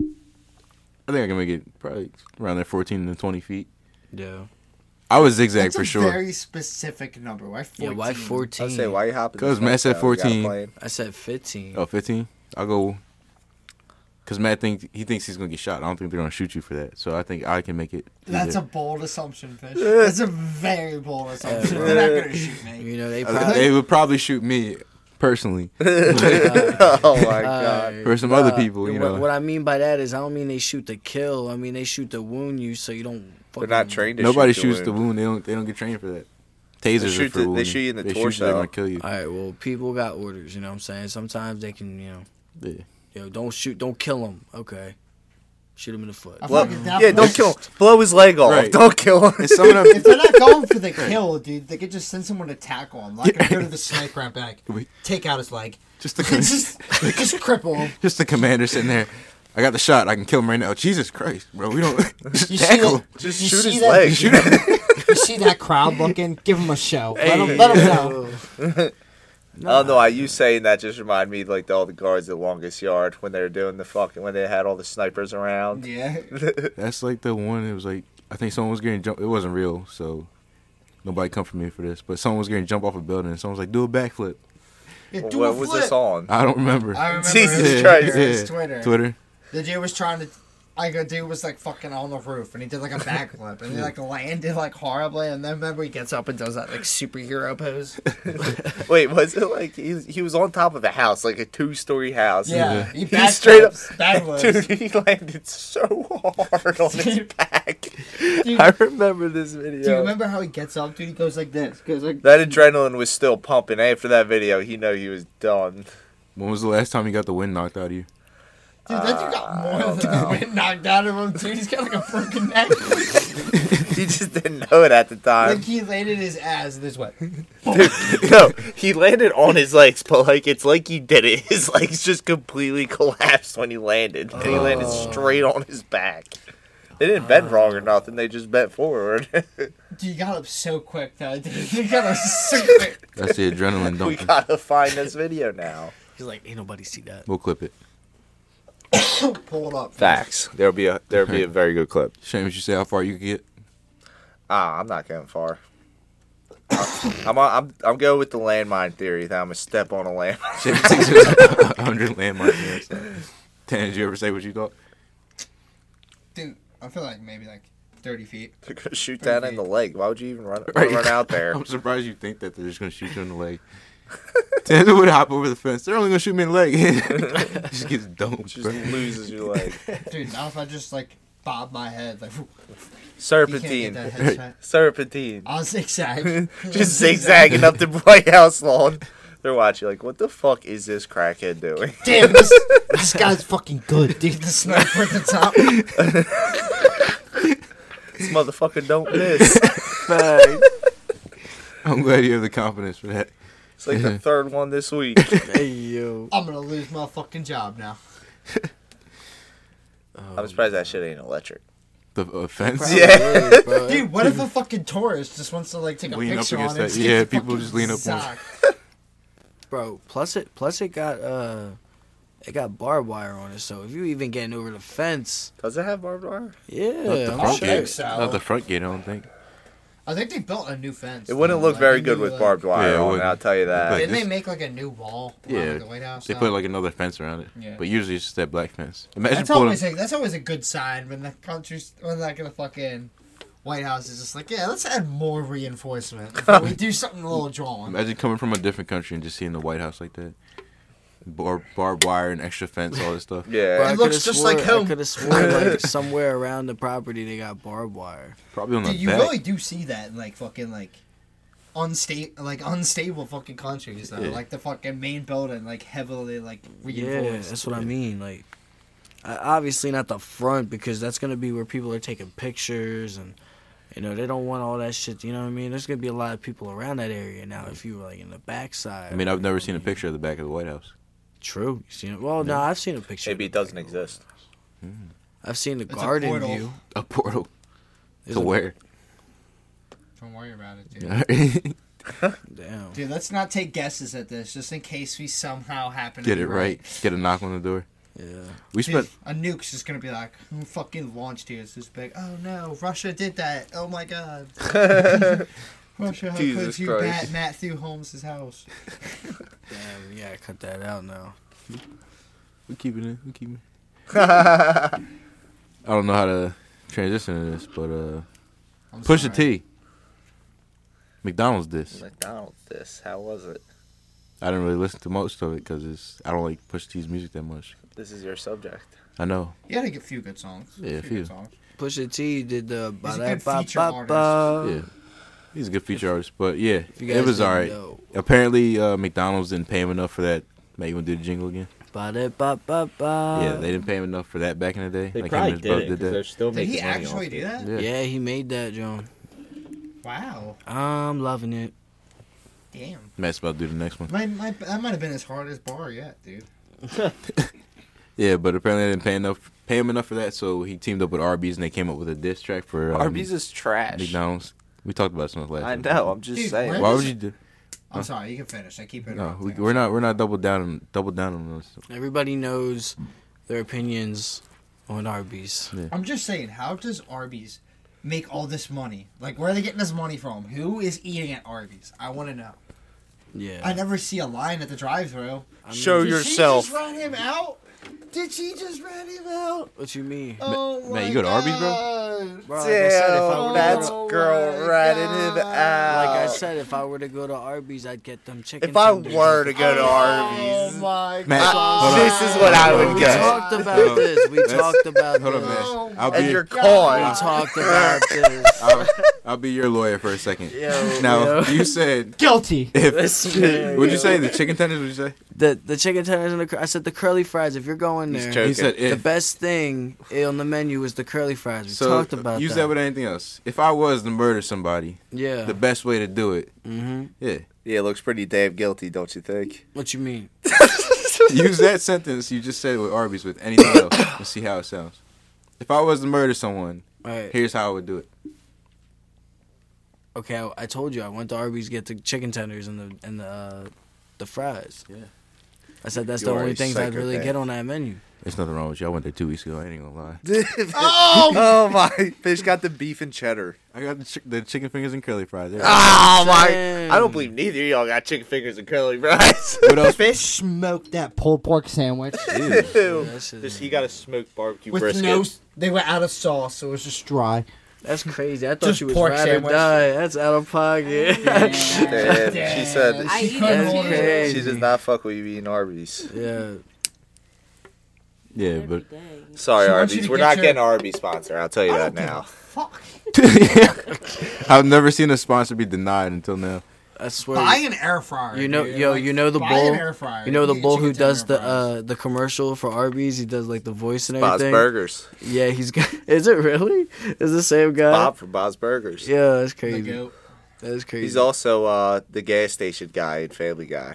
I think I can make it probably around there, fourteen to twenty feet. Yeah. I was zigzag That's for a sure. Very specific number. Why 14? Yeah, why 14? I'd say why you hopping? the 'Cause Matt fence, said though? You got a 14. plane? I said 15. Oh, 15? I'll go. Because Matt thinks he thinks he's gonna get shot. I don't think they're gonna shoot you for that. So I think I can make it. That's a either. bold assumption, fish. That's a very bold assumption. They're not gonna shoot me. You know, they Uh, probably. They would probably shoot me personally, oh my Uh, god. or some other people. You what, know, what I mean by that is, I don't mean they shoot to kill. I mean they shoot to wound you, so you don't. They're Fucking, not trained. To nobody shoot shoots the the wound. wound. They don't. They don't get trained for that. Tasers shoot are for the- they wounding. shoot you in the They shoot you, torso. They're gonna kill you. All right, well, people got orders. You know what I'm saying? Sometimes they can, you know, Yeah. yo, don't shoot, don't kill them. Okay, shoot him in the foot. I Blow- fucking doubt yeah, it. don't kill. him. Blow his leg off. Right. Don't kill him. And some of them, If they're not going for the kill, dude, they could just send someone to tackle him. Like, go to the sniper right back, Wait. take out his leg, just the just, just cripple him. Just the commander sitting there. I got the shot. I can kill him right now. Jesus Christ, bro. We don't just tackle. him. Just you shoot see his that- leg. Shoot him. You see that crowd looking? Give him a show. Let him, let him know. Oh no, I you saying that just reminded me of, like all the guards at Longest Yard when they were doing the fucking when they had all the snipers around. Yeah. That's like the one. It was like I think someone was getting jumped. It wasn't real, so nobody come for me for this. But someone was getting jumped off a building, and someone was like, "Do a backflip." yeah Well, do what a was flip. this on? I don't remember. I remember Jesus it was Christ. Twitter, it was Yeah. Twitter. Twitter. The dude was trying to. Like a dude was like fucking on the roof and he did like a backflip and he like landed like horribly and then remember he gets up and does that like superhero pose. Wait, was it like he was, he was on top of a house, like a two story house? Yeah, he, He straight up, dude. backflips. He landed so hard on his Dude. back. Dude. I remember this video. Do you remember how he gets up, dude? He goes like this, goes like That adrenaline was still pumping after that video. He knew he was done. When was the last time you got the wind knocked out of you? Dude, that dude got more than Uh, the wind knocked out of him, dude. He's got like a broken neck. he just didn't know it at the time. like he landed his ass this way. no, he landed on his legs, but like it's like he did it. His legs just completely collapsed when he landed. And he landed Oh. straight on his back. They didn't bend wrong or nothing. They just bent forward. Dude, he got up so quick, though. Dude, he got up so quick. That's the adrenaline we dumping. gotta find this video now. He's like, ain't nobody see that. We'll clip it. Pull it up. Facts. There'll be a there'll be a very good clip. Seamus, you say how far you could get? Ah, I'm not going far. I'm I'm I'm going with the landmine theory that I'm gonna step on a landmine. Seamus thinks it's 100 landmines. near us. Tan, did you ever say what you thought? Dude, I feel like maybe like 30 feet. They're gonna shoot down in the leg. Why would you even run Right. run out there? I'm surprised you think that they're just gonna shoot you in the leg. Tanner would hop over the fence. They're only gonna shoot me in the leg. just gets dumped. Just bro. loses your leg. Dude, now if I just like bob my head, like, whew, you can't get that Serpentine. headshot. Serpentine. I'll zigzag. Just zigzagging up the White House lawn. They're watching, like, what the fuck is this crackhead doing? Damn, this, this guy's fucking good, dude. The sniper at the top. This motherfucker don't miss. I'm glad you have the confidence for that. It's like the third one this week. Hey yo. I'm gonna lose my fucking job now. I'm surprised that shit ain't electric. The uh, offense. Yeah, bro. Dude, what if a fucking tourist just wants to like take a Lean up picture against on it? that- yeah, people just lean up on it. on bro. Plus it, plus it got uh, it got barbed wire on it. So if you even getting over the fence, Does it have barbed wire? Not the yeah, I'm front sure gate. so. Not the front gate. I don't think. I think they built a new fence. It wouldn't though, look like, very a good new, with like- barbed wire Yeah, it on it, wouldn't. I'll tell you that. Like- Didn't this- they make like a new wall around Yeah, the White House? They now? put like another fence around it. Yeah. But usually it's just that black fence. Imagine that's pulling. always a, that's always a good sign when the country's when like the fucking White House is just like, yeah, let's add more reinforcement. before we do something a little drawn. Imagine coming from a different country and just seeing the White House like that. Bar- barbed wire and extra fence, all this stuff. Bro, I Yeah. It looks could've just swore- like home. I could have sworn like somewhere around the property they got barbed wire. Probably on the Dude, you back. really do see that in like fucking like unstable like unstable fucking countries though. Yeah. Like the fucking main building like heavily like Yeah, reinforced. that's what I mean. Like, I- obviously not the front because that's gonna be where people are taking pictures and. You know they don't want all that shit. You know what I mean? There's gonna be a lot of people around that area now. If you were like in the backside, I mean, I've never seen a picture of the back of the White House. True. You seen it? Well, no, I've seen a picture. Maybe it doesn't exist. I've seen the It's a garden portal. view. A portal There's to a- where? Don't worry about it, dude. Get Damn. Dude, let's not take guesses at this, just in case we somehow happen to be it right. Get a knock on the door. Yeah. We Dude, spent a nuke's just gonna be like, "Who fucking launched here? It's this big. Oh no, Russia did that. Oh my god. Russia, how Jesus could you Christ. bat Matthew Holmes' house? Damn. You gotta cut that out now. We keep it in. We keep it. in. I don't know how to transition to this, but uh, I'm push a sorry. T. McDonald's this. McDonald's this. How was it? I didn't really listen to most of it because it's I don't like Push T's music that much. This is your subject. I know. You had a g- few good songs. Yeah, a few. few. Good songs. Pusha T did the He's a ba-da- good feature ba- ba- Yeah, ba. he's a good feature artist, but yeah, Uh, If you guys it was didn't alright. know. Apparently, uh, McDonald's didn't pay him enough for that. Matt, you want to do the jingle again? Ba-da- ba-ba-ba. yeah, they didn't pay him enough for that back in the day. They him probably and his did brother it 'cause they're still Did making he money off actually it. do that? Yeah. Yeah, he made that, John. Wow. I'm loving it. Damn. Matt's about to do the next one. My, my, that might have been his hardest bar yet, dude. Yeah, but apparently they didn't pay enough pay him enough for that, so he teamed up with Arby's and they came up with a diss track for um, Arby's is trash. McDonald's. We talked about this on the last. I one. know. I'm just Dude, saying. where- Why would you do? I'm sorry, you can finish. I keep it. No, we, we're not. We're not double down. on- Double down on those. Everybody knows their opinions on Arby's. I'm just saying, how does Arby's make all this money? Like, where are they getting this money from? Who is eating at Arby's? I want to know. Yeah. I never see a line at the drive-through. Show Did yourself. she just rat him out? Did she just rat him out? What you mean? Oh Ma- man, my you go to Arby's, bro? God. Bro, like I said, if I Damn, were to that's go Oh girl my ratted him God. to, out. like I said, if I were to go to Arby's, I'd get them chicken. if I tenders. were to go to Oh Arby's, my Man, God. hold this is what I would we Hold get. on. talked about this. We talked about Hold on, this. Oh man. I'll my be. And you're Your, We caught. talked about this. I'll, I'll be your lawyer for a second. now yo. you said. Guilty. If, Listen, man, would you yo. say the chicken tenders? Would you say? the the chicken tenders and the cur- I said the curly fries? If you're going He's there, joking. He said the if. best thing on the menu is the curly fries. We so talked about use that. that. with anything else. If I was to murder somebody, yeah. the best way to do it, mm-hmm. yeah, Yeah, it looks pretty damn guilty, don't you think? What you mean? use that sentence you just said with Arby's with anything else and see how it sounds. If I was to murder someone, All right. here's how I would do it. Okay. I, I told you I went to Arby's to get the chicken tenders and the and the uh, the fries. Yeah. I said that's You the are only a things I'd really psychopath. get on that menu. There's nothing wrong with you. I went there two weeks ago. I ain't gonna lie. oh! oh my! Fish got the beef and cheddar. I got the, chi- the chicken fingers and curly fries. There. Oh Damn. I don't believe neither of y'all got chicken fingers and curly fries. What else? Fish smoked that pulled pork sandwich Ew. Ew. That's, Just he got a smoked barbecue With brisket. no, s- they were out of sauce, so it was just dry. that's crazy. I thought Just you was pork ride or sandwich. die. That's out of pocket. Damn, she said- Damn, I she eat couldn't it hold too. it. she does not fuck with you being Arby's. yeah. Yeah, Every but day. Sorry, She wants you Arby's. to We're get not your- getting an Arby's sponsor. I'll tell you I that don't give a now. Fuck. I've never seen a sponsor be denied until now. I swear. Buy an air fryer. You know- dude. yo, Like, you know the buy bull- An air fryer. You know the can get bull who chicken tender does the fries. uh the commercial for Arby's. He does like the voice and Bob's everything. Burgers. Yeah, he's got. Is it really? Is the same guy? Bob from Bob's Burgers. Uh, Yeah, that's The crazy. goat. That's crazy. He's also uh, the gas station guy in Family Guy.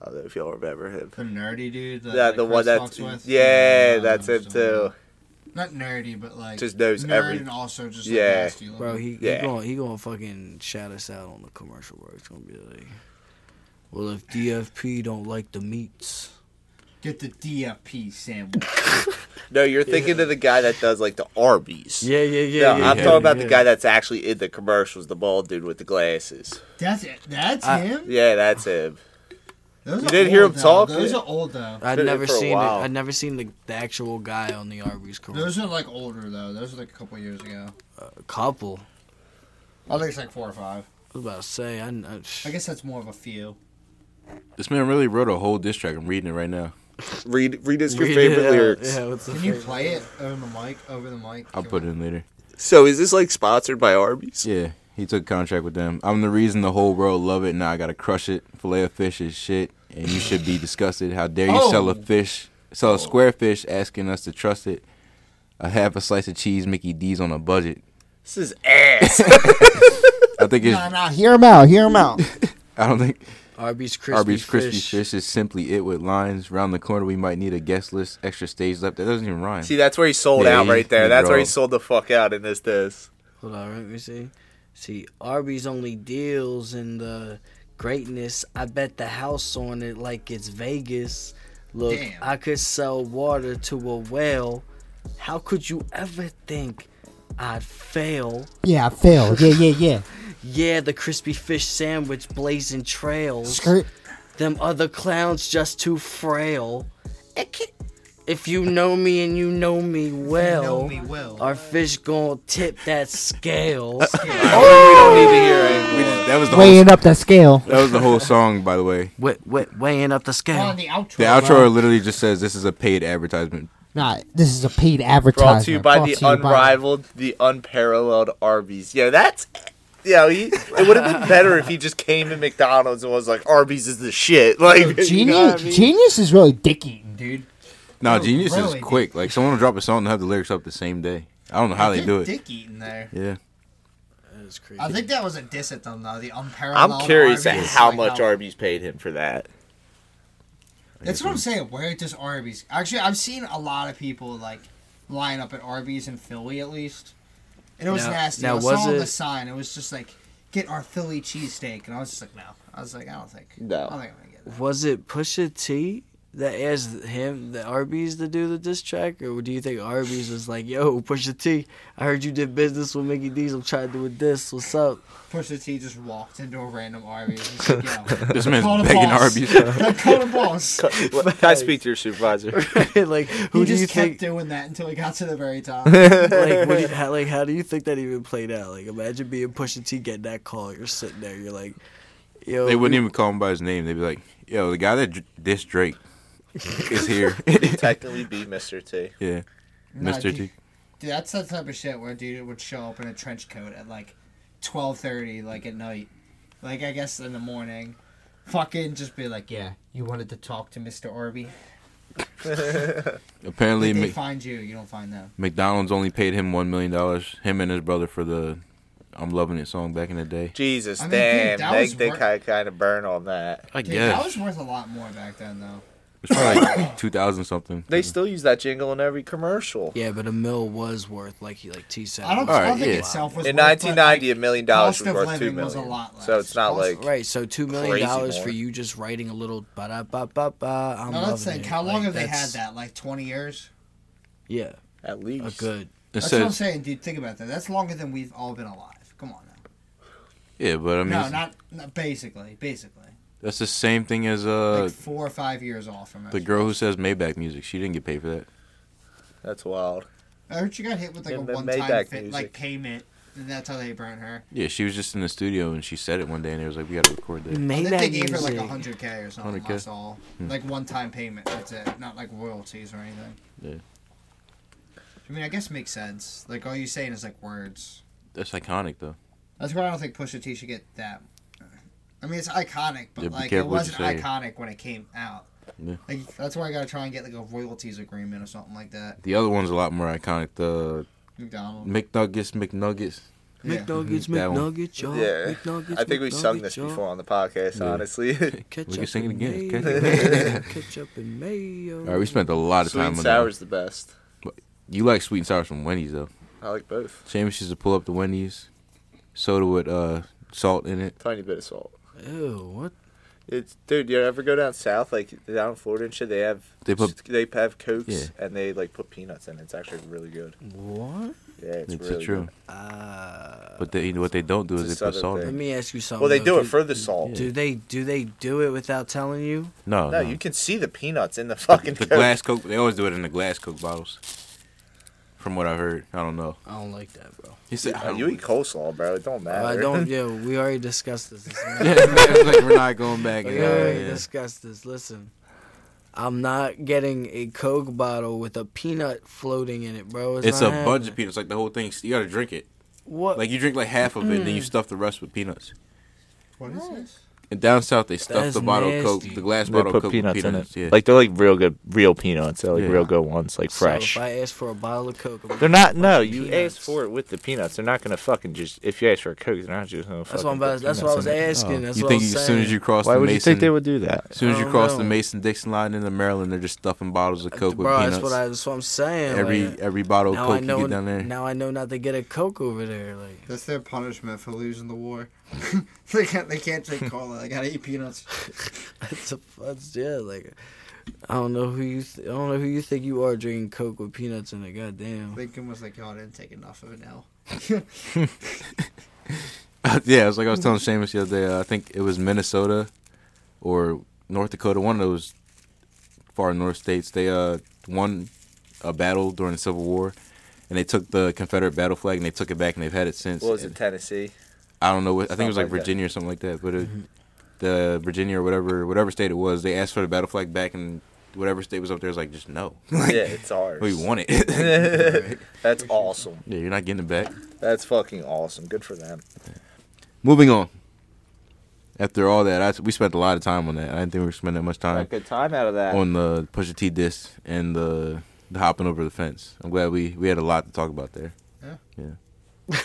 I don't know if y'all remember him. The nerdy dude. That, Yeah, like, the Chris one fucks with. that's yeah, Yeah, that's I him understand. too. Not nerdy, but like Just knows nerd every- and also just Yeah. yeah, like, Bro, he, Yeah. he gonna he gonna fucking shout us out on the commercial work. It's gonna be like, well, if DFP don't like the meats, get the DFP sandwich. No, you're thinking of the guy that does like the Arby's. yeah, yeah, No, yeah. I'm talking about the guy that's actually in the commercials, the bald dude with the glasses. That's it. That's I- him. Yeah, that's him. Those You are didn't hear old, him though. talk? Those Yeah. are old though. I'd been in never for a seen it. while. I'd never seen the, the actual guy on the Arby's commercial. Those are like older though. Those are like a couple years ago. A couple. I think it's like four or five. I was about to say. I, I, I guess that's more of a few. This man really wrote a whole diss track. I'm reading it right now. Read, read us your Read it favorite out. lyrics. Yeah, what's the Can you favorite? play it over the mic? Over the mic. I'll Come put it on. in later. So is this like sponsored by Arby's? Yeah, he took contract with them. I'm the reason the whole world love it. Now I gotta crush it. Filet of fish is shit, and you should be disgusted. How dare you sell a Oh. fish, sell a square fish, asking us to trust it? A half a slice of cheese, Mickey D's on a budget. This is ass. I think it's. Nah, nah, hear him out, hear him out. I don't think Arby's crispy Arby's fish. crispy fish is simply it with lines. Round the corner, we might need a guest list. Extra stage left. That doesn't even rhyme. See, that's where he sold Yeah, out he- right he there. That's where he drove. sold the fuck out in this this. Hold on, let me see. See, Arby's only deals in the greatness. I bet the house on it like it's Vegas. Look, Damn. I could sell water to a whale. How could you ever think I'd fail? Yeah, I failed. Yeah, yeah, yeah. Yeah, the crispy fish sandwich blazing trails. Skirt. Them other clowns just too frail. It ca- If you know me and you know me well, know me well. our fish gon' tip that scale. We don't need to hear it. We just- that was the whole, Weighing up that scale. that was the whole song, by the way. Wait, wait, weighing up the scale. On the outro. uh, The outro literally just says this is a paid advertisement. Nah, this is a paid advertisement. Brought to you by Brought the to you by- unrivaled, the unparalleled Arby's. Yo, that's. Yo, he, it would have been better if he just came to McDonald's and was like, Arby's is the shit. Like, you know what I Genius, mean? genius is really dick eating, dude. No, Oh, Genius really? is quick. Like someone will drop a song and have the lyrics up the same day. I don't know how they do it. Dick eating there. Yeah, That's crazy. I think that was a diss at them though. The unparalleled. I'm curious at Arby's, how like, much Arby's paid him for that. That's what I'm saying. Where does Arby's? Actually, I've seen a lot of people like line up at Arby's in Philly at least, and it was Now- nasty. now, I was saw on it- the sign. It was just like get our Philly cheesesteak, and I was just like, no. I was like, I don't think. No. I don't think I'm gonna get that. Was it Pusha T that asked him, the Arby's, to do the diss track, or do you think Arby's was like, "Yo, Pusha T, I heard you did business with Mickey D's. I'm trying to do with this. What's up?" Pusha T just walked into a random Arby's. and was like, yo, This man's call the begging boss. Arby's. I called him boss. Can I speak to your supervisor? like, who do he just you kept think? doing that until he got to the very top. I like, what do you, how, like, how do you think that even played out? Like, imagine being Pusha T getting that call. You're sitting there. You're like, "Yo, They wouldn't you- even call him by his name. They'd be like, "Yo, the guy that dr- dissed Drake is here." Technically, be Mr. T. yeah, Nah, Mr. dude. T. Dude, that's the type of shit where a dude would show up in a trench coat at like twelve thirty, like at night, like I guess in the morning, fucking just be like, yeah, you wanted to talk to Mister Orby. Apparently, Did they Mc- find you? You don't find them. McDonald's only paid him one million dollars. Him and his brother for the "I'm Loving It" song back in the day. Jesus, I mean, dude, damn. that was they wor- they kind of burn on that. I Dude, that was guess worth a lot more back then, though. it's probably like two thousand something. They Mm-hmm. still use that jingle in every commercial. yeah, but a mill was worth like he like T said. I don't, All I right, don't think yeah. itself was. In worth, but, 1990, like, a million dollars cost was of worth two living was a million. lot less. So it's not Cost- like Right, so two million dollars Crazy for more. you just writing a little ba da ba ba ba. I'm no, loving that's like it. how long Like, have they had that's- that? Like twenty years. Yeah, at a least. good. It That's what I'm says, saying, dude. Think about that. That's longer than we've all been alive. Come on. Now. yeah, but I mean, No, it's- not, not basically. Basically, that's the same thing as uh like four or five years off from it. the girl who says Maybach music. She didn't get paid for that. That's wild. I heard she got hit with like And a then one-time Maybach fit, music. like payment, and that's how they burned her. Yeah, she was just in the studio and she said it one day and it was like, "We got to record that." Mm. I Maybach think they gave her like music. hundred k or something. 100K. That's all. Hmm. Like one-time payment. That's it. Not like royalties or anything. Yeah. I mean, I guess it makes sense. Like all you're saying is like words. That's iconic though. That's why I don't think Pusha T should get that. I mean, it's iconic, but Yeah, be like it careful what you wasn't say. iconic when it came out. Yeah. Like that's why I gotta try and get like a royalties agreement or something like that. The other one's a lot more iconic. The McDonald's. McNuggets, McNuggets. Yeah. McNuggets, That one. McNuggets, y'all. Yeah. McNuggets, I think we've sung McNuggets, this y'all. before on the podcast, Yeah. honestly. Ketchup We can sing it and again. mayo, Ketchup. Ketchup and mayo. All right, we spent a lot of Sweet time and on sour's that. the best. You like sweet and sours from Wendy's though. I like both. James used to pull up the Wendy's soda with uh salt in it. Tiny bit of salt. Ew, what? It's dude. You ever go down south, like down in Florida and shit? They have They they put- they have cokes Yeah. and they like put peanuts in. it. It's actually really good. What? Yeah, it's, It's really true. good. Uh, But they, what they don't do It's is a they put southern salt thing. in let it. me ask you something. Well, they though. do it for the salt. Do they do they do it without telling you? No, No, no. you can see the peanuts in the fucking the Coke. glass Coke. They always do it in the glass Coke bottles. From what I heard, I don't know. I don't like that, bro. He said, Uh, You eat coleslaw, bro. It don't matter. I don't. Yeah, we already discussed this. It's not- yeah, man, it's like we're not going back. We Yeah, already yeah. discussed this. Listen, I'm not getting a Coke bottle with a peanut floating in it, bro. It's, It's a not bunch of happening. peanuts. Like the whole thing, you gotta drink it. What? Like you drink like half of it, Mm. then you stuff the rest with peanuts. What is this? And down south, they stuff That's the bottle of Coke, nasty. the glass They bottle of put Coke peanuts, with peanuts. in it. Yeah. Like they're like real good, real peanuts. They're like Yeah. real good ones, like fresh. So if I ask for a bottle of Coke, I'm they're not. No, you Peanuts. ask for it with the peanuts. They're not gonna fucking just. If you ask for a coke, they're not just gonna. That's fucking what I'm about. put That's what I peanuts was in it. asking. That's Oh. you what I think as was saying. soon as you cross Why the would Mason, you think they would do that? as soon as I you don't cross the know. Uh, Mason-Dixon line into Maryland, they're just stuffing bottles of Coke with bro, peanuts. that's what, I, that's what I'm saying. every like, every bottle of now I Coke know. you get down there. Now I know not to get a Coke over there. Like That's their punishment for losing the war. they can't. They can't drink cola. They gotta eat peanuts. that's a that's, yeah. Like I don't know who you. Th- I don't know who you think you are drinking Coke with peanuts in it. Goddamn. Lincoln was like, "Y'all didn't take enough of it now." yeah, it was like I was telling Seamus the other day. Uh, I think it was Minnesota or North Dakota, one of those far north states. They uh, won a battle during the Civil War, and they took the Confederate battle flag and they took it back, and they've had it since. What was it? And Tennessee. I don't know. What, I think it was like Something like that. Virginia or something like Mm-hmm. that. But it, the Virginia or whatever, whatever state it was, they asked for the battle flag back, and whatever state was up there was like, just no. Like, yeah, it's ours. We want it. That's awesome. yeah, you're not getting it back. That's fucking awesome. Good for them. Moving on. After all that, I, we spent a lot of time on that. I didn't think we were spending that much Got a time good time out of that. Uh, on the Pusha T disc and the, the hopping over the fence. I'm glad we, we had a lot to talk about there. Yeah. Yeah.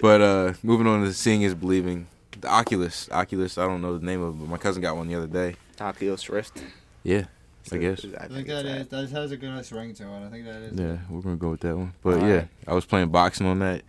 but uh, moving on to seeing is believing. The Oculus, Oculus. I don't know the name of, it, but my cousin got one the other day. Oculus Rift. Yeah, I guess. I think that is that has a good nice ring to it. I think that is. Yeah, we're gonna go with that one. But All yeah, right. I was playing boxing on that.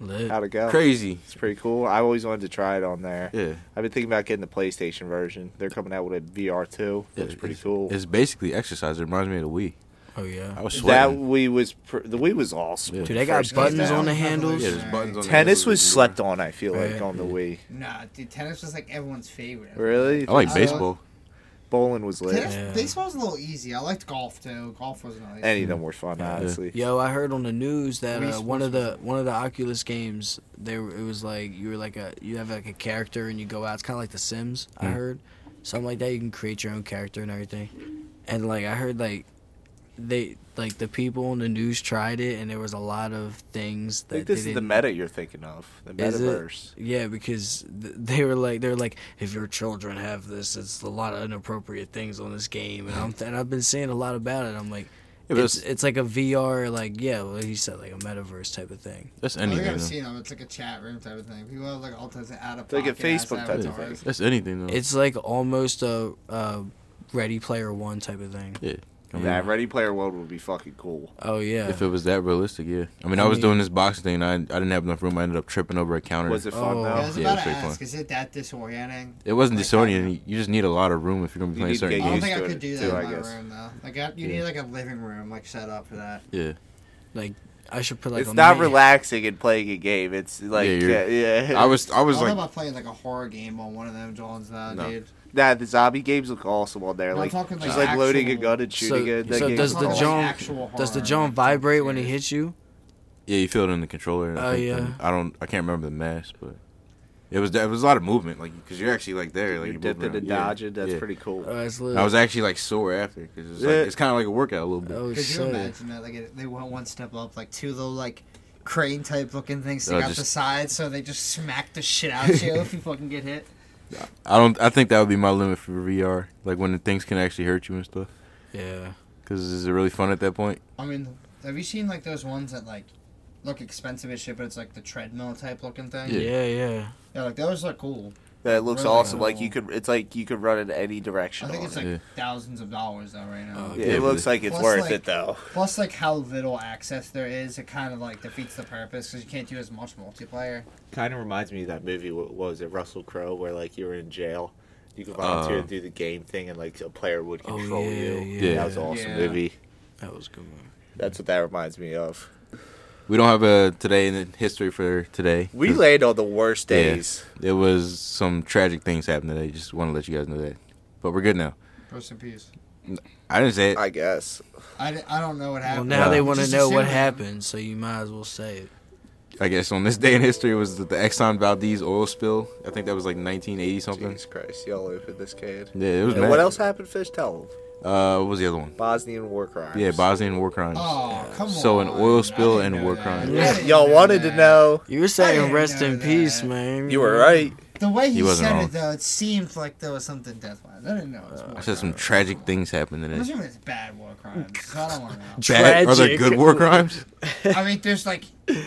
Lit. how to go. Crazy. It's pretty cool. I always wanted to try it on there. Yeah. I've been thinking about getting the PlayStation version. They're coming out with a VR too. Yeah, Looks pretty it's- cool. It's basically exercise. It reminds me of the Wii. Oh I yeah. was that sweating. Wii was pr- the Wii was awesome. Yeah. Dude, they got First buttons came out. on the handles. yeah, there's buttons on the Tennis handle. was slept on. I feel like Right. on the Wii. Nah, dude, tennis was like everyone's favorite. Really? I like Uh, baseball. Bowling was lit. Tennis, Yeah. Baseball's a little easy. I liked golf too. Golf wasn't easy. Any of them were fun, Yeah. honestly. Yo, I heard on the news that Wii uh, one Sports of the one of the Oculus games, they were, it was like you were like a you have like a character and you go out. It's kind of like The Sims. Mm. I heard something like that. You can create your own character and everything. And like I heard like they like the people on the news tried it and there was a lot of things I that think they this is the didn't- meta you're thinking of. The Is it? metaverse. Yeah, because th- they were like, they're like, if your children have this, it's a lot of inappropriate things on this game, and I'm th- and I've been seeing a lot about it. I'm like, Yeah, but it's, that's- it's like a VR, like yeah, well, he said like a metaverse type of thing. That's I anything. think I've though. seen them. It's like a chat room type of thing. People have like all types of out of like a Facebook type of Yeah, That's anything though. It's like almost a, uh Ready Player One type of thing. Oh, Yeah. I mean, Yeah, Ready Player One would be fucking cool. Oh yeah, If it was that realistic, yeah. I mean, I, I was mean- doing this boxing thing, and I, I didn't have enough room. I ended up tripping over a counter. Was it fun Oh. I though? was Yeah, about it's to pretty fun. ask, is it that disorienting? It wasn't Like, disorienting. You just need a lot of room if you're gonna be You playing need to certain I get don't games. think I used to could it, do too, that I in my guess. room though. Like I, you Yeah. need like a living room like set up for that. Yeah, like I should put like It's a not mini- relaxing and playing a game. It's like Yeah, yeah, you're- yeah. I was I I was don't know like, about playing like a horror game on one of them uh, Johns though, No. dude. Nah, the zombie games look awesome on there. No, I'm like, talking, like, just like loading a actual- gun and shooting So- it. That so game does was the Like, awesome. John- actual Does the horror, John like, vibrate when he serious. hits you? yeah, you feel it in the controller. I Oh, think, yeah. and I don't I can't remember the mass, but it was it was a lot of movement, like because you're actually like there, like You're you're dipping moving and around. Yeah, dodging. That's yeah. pretty cool. Uh, Oh, it's lit. I was actually like sore after because it's like, Yeah. it's kind of like a workout a little bit. oh Could you shit. imagine that? Like it, they went one step up, like two little like crane type looking things stick Oh, out the just- side, so they just smack the shit out of you if you fucking get hit. I don't I think that would be my limit for VR, like when the things can actually hurt you and stuff. Yeah. Because is it really fun at that point? I mean, have you seen like those ones that like look expensive as shit, but it's like the treadmill type looking thing? Yeah. Yeah, yeah. Yeah, like those look cool. That looks Really awesome. Like cool. you could, it's like you could run in any direction. I think on it's it. like Yeah. thousands of dollars though right now. Oh, Yeah, Yeah, it but looks like it's Plus, worth like- it though. Plus, like how little access there is, it kind of like defeats the purpose because you can't do as much multiplayer. Kind of reminds me of that movie. What was it? Russell Crowe, where like you were in jail, you could volunteer Uh, to do the game thing, and like a player would Oh, control yeah, you. yeah. that was an awesome Yeah. movie. That was a good one. That's what that reminds me of. We don't have a today in the history for today. We 'cause laid on the worst Yeah. days. It was some tragic things happened today. Just want to let you guys know that. But we're good now. Rest in peace. I didn't say it. I guess. I, d- I don't know what Well, happened. now they I'm want to just know what assuming. happened, so you might as well say it. I guess on this day in history was the, the Exxon Valdez oil spill. I think that was like 1980 something. Jesus Christ, y'all opened this can. Yeah, it was. And mad. what else happened, Fish? Tell them. Uh, what was the other one? Bosnian war crimes. Yeah, Bosnian war crimes. Oh, come So on. an oil I spill didn't and know war that. crimes. I Yeah, didn't Y'all know wanted to that. know. You were saying didn't rest know in peace, that. man. You were right. The way he, He wasn't said wrong. it though, it seemed like there was something death wise. I didn't know it was war I said some crimes. tragic things happened I'm today. assuming it's bad war crimes. So I don't want to Bad, are there Tragic. good war crimes? know. I mean, there's like.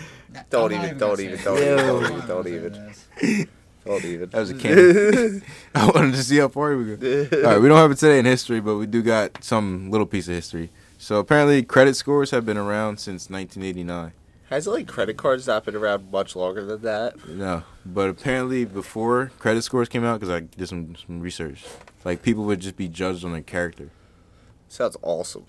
Don't I'm not even, gonna don't say even, it. don't even, don't I'm even, don't not gonna say even, this. don't even. That was a cannon. I wanted to see how far we go. All right, we don't have it today in history, but we do got some little piece of history. So apparently, credit scores have been around since 1989. Has like credit cards not been around much longer than that? No, but apparently before credit scores came out, because I did some, some research, like people would just be judged on their character. Sounds awesome.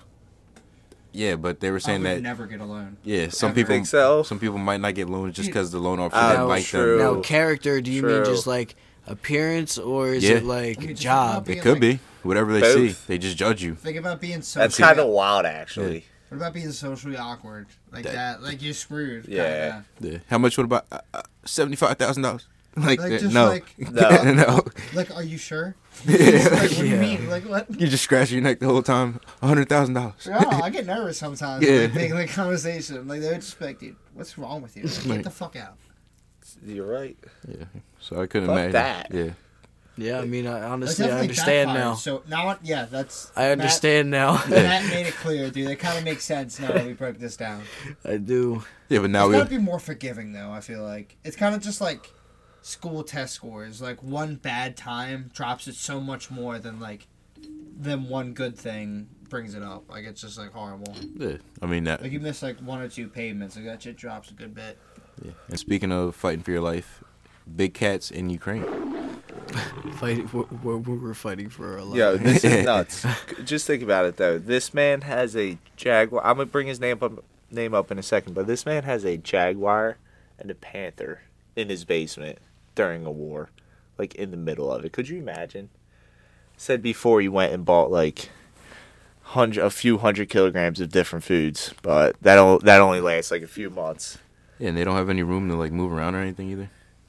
Yeah, but they were I saying would that. never get a loan. yeah, some ever. people Think so? some people might not get loans just Dude. because the loan officer Ah, didn't like true. them. Now, character, do you mean True. just like appearance or is Yeah. it like I mean, just job? about- It could be whatever they see. Both. They just judge you. Think about being so. That's kind of wild, actually. What about being socially awkward like That- that? Like you're screwed. Yeah. kinda. Yeah. How much would about uh, uh, seventy five thousand dollars? Like, Like, that- just no, like- no, No. Like, are you sure? Like, yeah. what do you Yeah. mean? Like, what? You just scratch your neck the whole time. hundred thousand dollars. No, I get nervous sometimes. Yeah. Yeah. Like, making the conversation, like they would just be like, dude, what's wrong with you? Like, get the fuck out. You're right. So I couldn't Fuck imagine. that. Yeah. Yeah, I mean, I, That honestly, I definitely understand backfired, now. So now, what- yeah, that's. I understand now. Matt, Matt made it clear, dude. That kind of makes sense now that we broke this down. I do. Yeah, but now It's we. got to be more forgiving, though. I feel like it's kind of just like school test scores. Like one bad time drops it so much more than like than one good thing brings it up. Like it's just like horrible. Yeah. I mean that. Like you miss like one or two payments, like that shit drops a good bit. And speaking of fighting for your life, big cats in Ukraine. Fight, we're, we're, we're fighting for our life. Yo, this is nuts. C- Just think about it though. This man has a jaguar. I'm gonna bring his name up name up in a second, but this man has a jaguar and a panther in his basement during a war, like in the middle of it. Could you imagine? Said before he went and bought like hundred a few hundred kilograms of different foods, but that o- that only lasts like a few months. Yeah, and they don't have any room to like move around or anything either.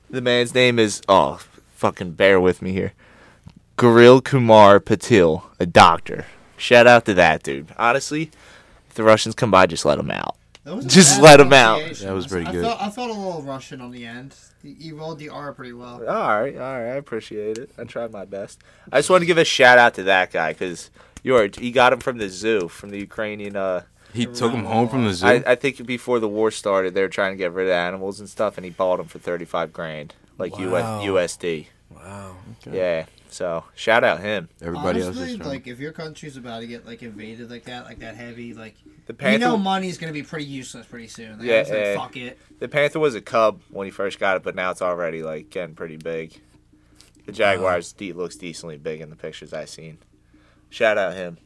The man's name is oh fucking bear with me here. Goril Kumar Patil, a doctor. Shout out to that dude. Honestly, if the Russians come by, just let them out. That was a Just bad let 'em out. pronunciation. That was pretty I good. Felt, I felt a little Russian on the end. You- You rolled the R pretty well. All right, all right. I appreciate it. I tried my best. I just want to give a shout out to that guy because George, he got him from the zoo, from the Ukrainian. Uh, He took them home from the zoo. I, I think before the war started, they were trying to get rid of animals and stuff, and he bought them for thirty-five grand, like Wow. US, USD. Wow. Yeah. So shout out him. Everybody else Honestly, is trying. like if your country's about to get like invaded like that, like that heavy, like The you panther. know, money's gonna be pretty useless pretty soon. Like, Yeah, yeah, like, yeah. fuck it. The panther was a cub when he first got it, but now it's already like getting pretty big. The Uh-huh. jaguar's de- looks decently big in the pictures I've seen. Shout out him.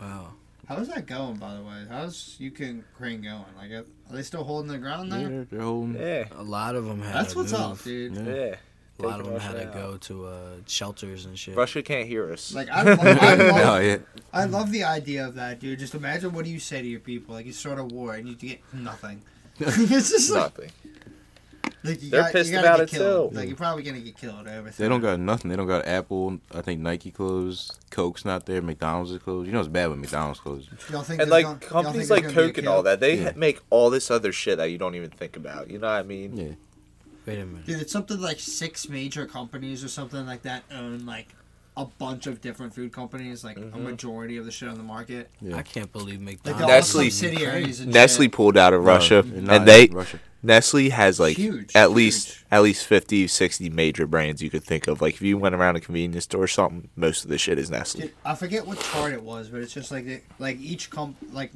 Wow. How's that going, by the way? How's Ukraine going? Like, are they still holding their ground Yeah, there? they're- they're Hmm. holding- Yeah, A lot of them had That's to what's move. up, dude. Yeah. yeah. A lot of Taking them had to Russia out. go to uh, shelters and shit. Russia can't hear us. Like, I love, I, no, love, yeah. I love the idea of that, dude. Just imagine what do you say to your people? Like, you start a war and you get nothing. it's just like, nothing. like you They're got, pissed you about gotta it, get killed. too. Like, you're probably gonna get killed over. They don't got nothing. They don't got Apple. I think Nike closed. Coke's not there. McDonald's is closed. You know it's bad when McDonald's closed. Y'all think And there's like gonna- y'all think companies there's like gonna be a Coke and all kill? that, they Yeah. ha- make all this other shit that you don't even think about. You know what I mean? Yeah. Wait a minute. Dude, it's something like six major companies or something like that own like a bunch of different food companies, like Mm-hmm. a majority of the shit on the market. Yeah. I can't believe Like Ah, McDonald's. they're all Nestle- subsidiaries and Nestle shit. pulled out of Russia, No, not and they Russia. Nestle has like Huge, at huge. least at least 50, 60 major brands you could think of. Like if you went around a convenience store or something, most of the shit is Nestle. Dude, I forget what chart it was, but it's just like they, like each comp like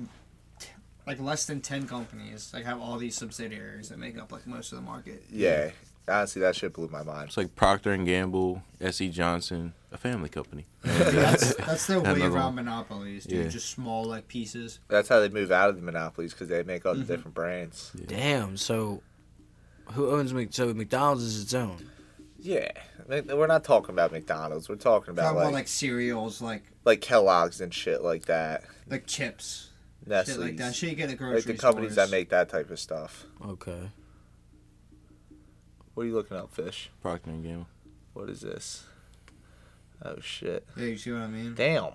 t- like less than ten companies like have all these subsidiaries that make up like most of the market. Yeah. Honestly, that shit blew my mind. It's like Procter and Gamble, S.E. Johnson, a family company. That's that's their way Another around one. monopolies, dude. Yeah. Just small like pieces. That's how they move out of the monopolies because they make all the different brands. Damn. So, who owns Mc? So McDonald's is its own. Yeah, Like, we're not talking about McDonald's. We're talking about Talking like, about like like cereals, like Kellogg's and shit like that. like chips, Nestle's, shit like that. Shit you get at grocery like the companies stores. that make that type of stuff. Okay. What are you looking up, fish? Procter and Gamble. What is this? Oh shit! Yeah, you see what I mean? Damn.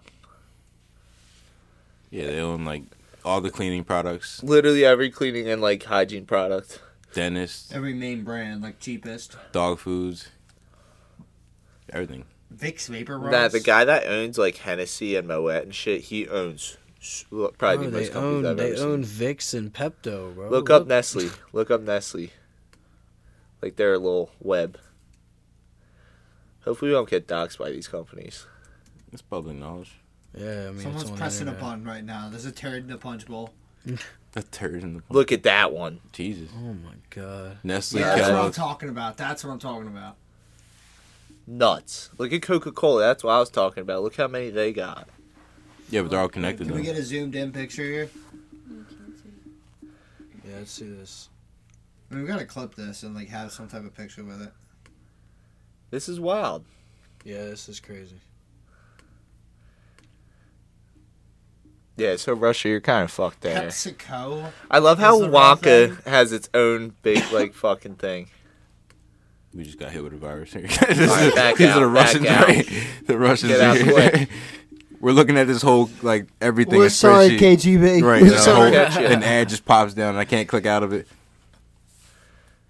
Yeah, they own like all the cleaning products, Literally every cleaning and like hygiene product. dentists, Every main brand, like cheapest. dog foods, everything. Vicks Vapor Rubs. Nah, the guguy that owns like Hennessy and Moet and shit, he owns s- look, probably Oh, the they most companies own I've they ever own seen. Vicks and Pepto, bro. Look up Nestle. Look up Nestle. Like their little web. Hopefully, we don't get doxxed by these companies. It's public knowledge. Yeah, I mean, Someone's it's on pressing the a internet. button right now. There's a turd in the punch bowl. A third in the Look at that one. Jesus. Oh my god. Nestle, Yeah, that's what I'm Kellogg's. talking about. That's what I'm talking about. Nuts. Look at Coca Cola. That's what I was talking about. Look how many they got. Yeah, but they're all connected. Can we Though. get a zoomed in picture here? Yeah, let's see this. I mean, we gotta clip this and like have some type of picture with it. This is wild. Yeah, this is crazy. Yeah, so Russia, you're kind of fucked there. PepsiCo. I love how Is the wrong Wonka has its own big like fucking thing. We just got hit with a virus here. back These out, are the back Russians, out. right? The Russians Get out are the way. here. We're looking at this whole like everything. We're a sorry, spreadsheet. KGB. Right. We're and a sorry. whole- An ad just pops down and I can't click out of it.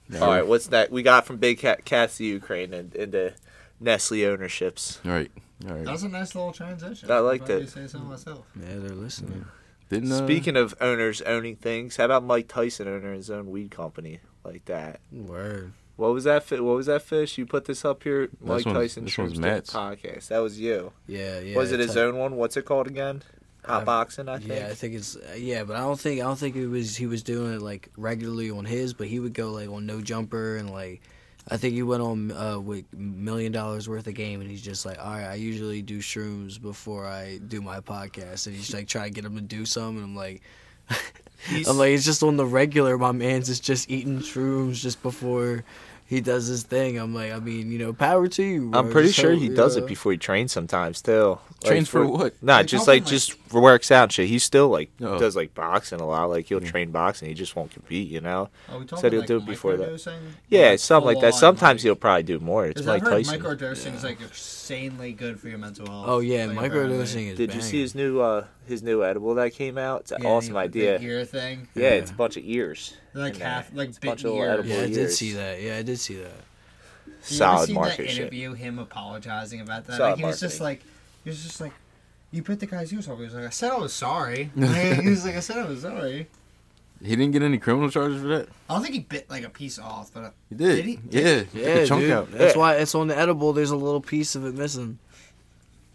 No. All right, what's that? We got from Big Cat Cats to Ukraine and into Nestle ownerships. All right. All That right. was a nice little transition. I liked If could it. Say so myself. Yeah, they're listening. Didn't, uh, Speaking of owners owning things, how about Mike Tyson owning his own weed company like that? Word. What was that? Fi- what was that fish? You put this up here, Mike one's- Tyson. this one's Shrimp Stick Matt's. podcast. That was you. Yeah, yeah. was it his type- own one? What's it called again? I- Hot boxing, I think. Yeah, I think it's uh, yeah, but I don't think I don't think it was he was doing it like regularly on his, but he would go like on no jumper and like I think he went on uh, with million dollars worth of game, and he's just like, all right, I usually do shrooms before I do my podcast, and he's like trying to get him to do some, and I'm like. I'm like it's just on the regular. My man's is just eating shrooms just before he does his thing. I'm like, I mean, you know, power to you. I'm bro. pretty Just sure hope, he you does know. it before he trains sometimes still. Like, Trains for what? Nah, Like, just help him, like like- just for works out and shit. He still like Oh. does like boxing a lot. Like he'll train boxing, he just won't compete, you know? Are we talking Said he'll like do it before that. microdosing? Yeah, something like that. full-on, Sometimes like- he'll probably do more. It's Because Mike I've heard Tyson. microdosing is like insanely good for your mental health. Oh yeah, like, apparently. microdosing is. Did you see banging. his new uh his new edible that came out? It's an Yeah, awesome the idea. Ear thing, Yeah, it's a bunch of ears. like And, uh, half, like it's a bunch bitten of ear. edible You Yeah, I did years. see that. Yeah, I did see that. ever Solid seen market that shit. interview him apologizing about that. Solid like he was just like, marketing. he was just like, you put the guy's ears off. He was like, I said I was sorry. Like, he was like, I said I was sorry. He didn't get any criminal charges for that. I don't think he bit like a piece off, but He did. Did he? Yeah, he took Yeah, a chunk dude. out. That's Yeah. why it's on the edible. There's a little piece of it missing.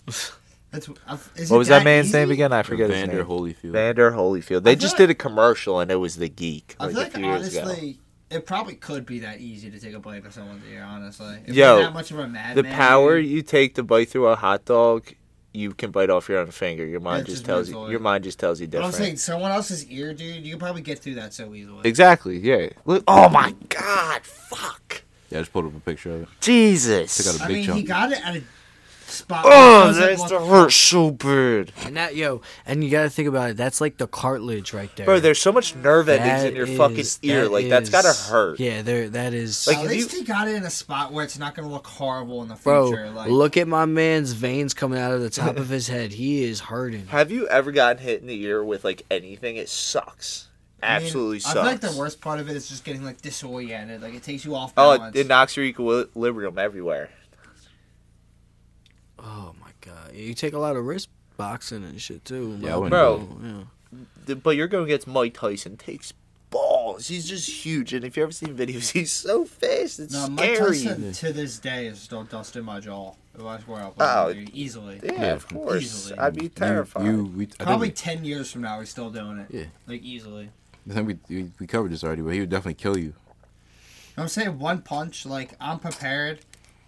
that's I've- is What it was that man's easy? name again? I forget his Vander name. Holyfield. Vander Holyfield. They I feel just like- did a commercial and it was the geek I like, feel a like few years ago. honestly, it probably could be that easy to take a bite of someone's ear. Honestly, if Yo, you're that much of a madman. The power dude, you take to bite through a hot dog, you can bite off your own finger. Your mind That's just just tells you. mental. Your mind just tells you But I'm different. saying someone else's ear, dude. You could probably get through that so easily. exactly. Yeah. Look, oh my God! Fuck. Yeah, I just pulled up a picture of it. Jesus. Took out a I big mean, chunk. he got it at a spot. where it Oh, was, like, that's one- the hurt so bad. And that, yo, and you got to think about it. That's like the cartilage right there. Bro, there's so much nerve endings That in your is- fucking ear. that like that's gotta is- hurt. Yeah, there. That is. Like, at if least you- he got it in a spot where it's not going to look horrible in the bro, future. Like, look at my man's veins coming out of the top of his head. He is hurting. Have you ever gotten hit in the ear with like anything? It sucks. I mean, Absolutely I sucks. feel like the worst part of it is just getting like disoriented. Like it takes you off Oh, balance. it, it knocks your equilibrium everywhere. Oh my god, you take a lot of risk boxing and shit too. Yeah, I wouldn't Bro. Oh, yeah. The- But you're going against Mike Tyson. Takes balls. He's just huge. And if you ever seen videos, he's so fast. It's no, Mike scary. Tyson to this day is still dust in my jaw. If I swear I'll Oh, dude, easily. Yeah, of course. Easily. I'd be terrified. You, you we, I think Probably we- ten years from now, he's still doing it. Yeah. like easily. I think we, we we covered this already, but he would definitely kill you. I'm saying one punch. Like I'm prepared.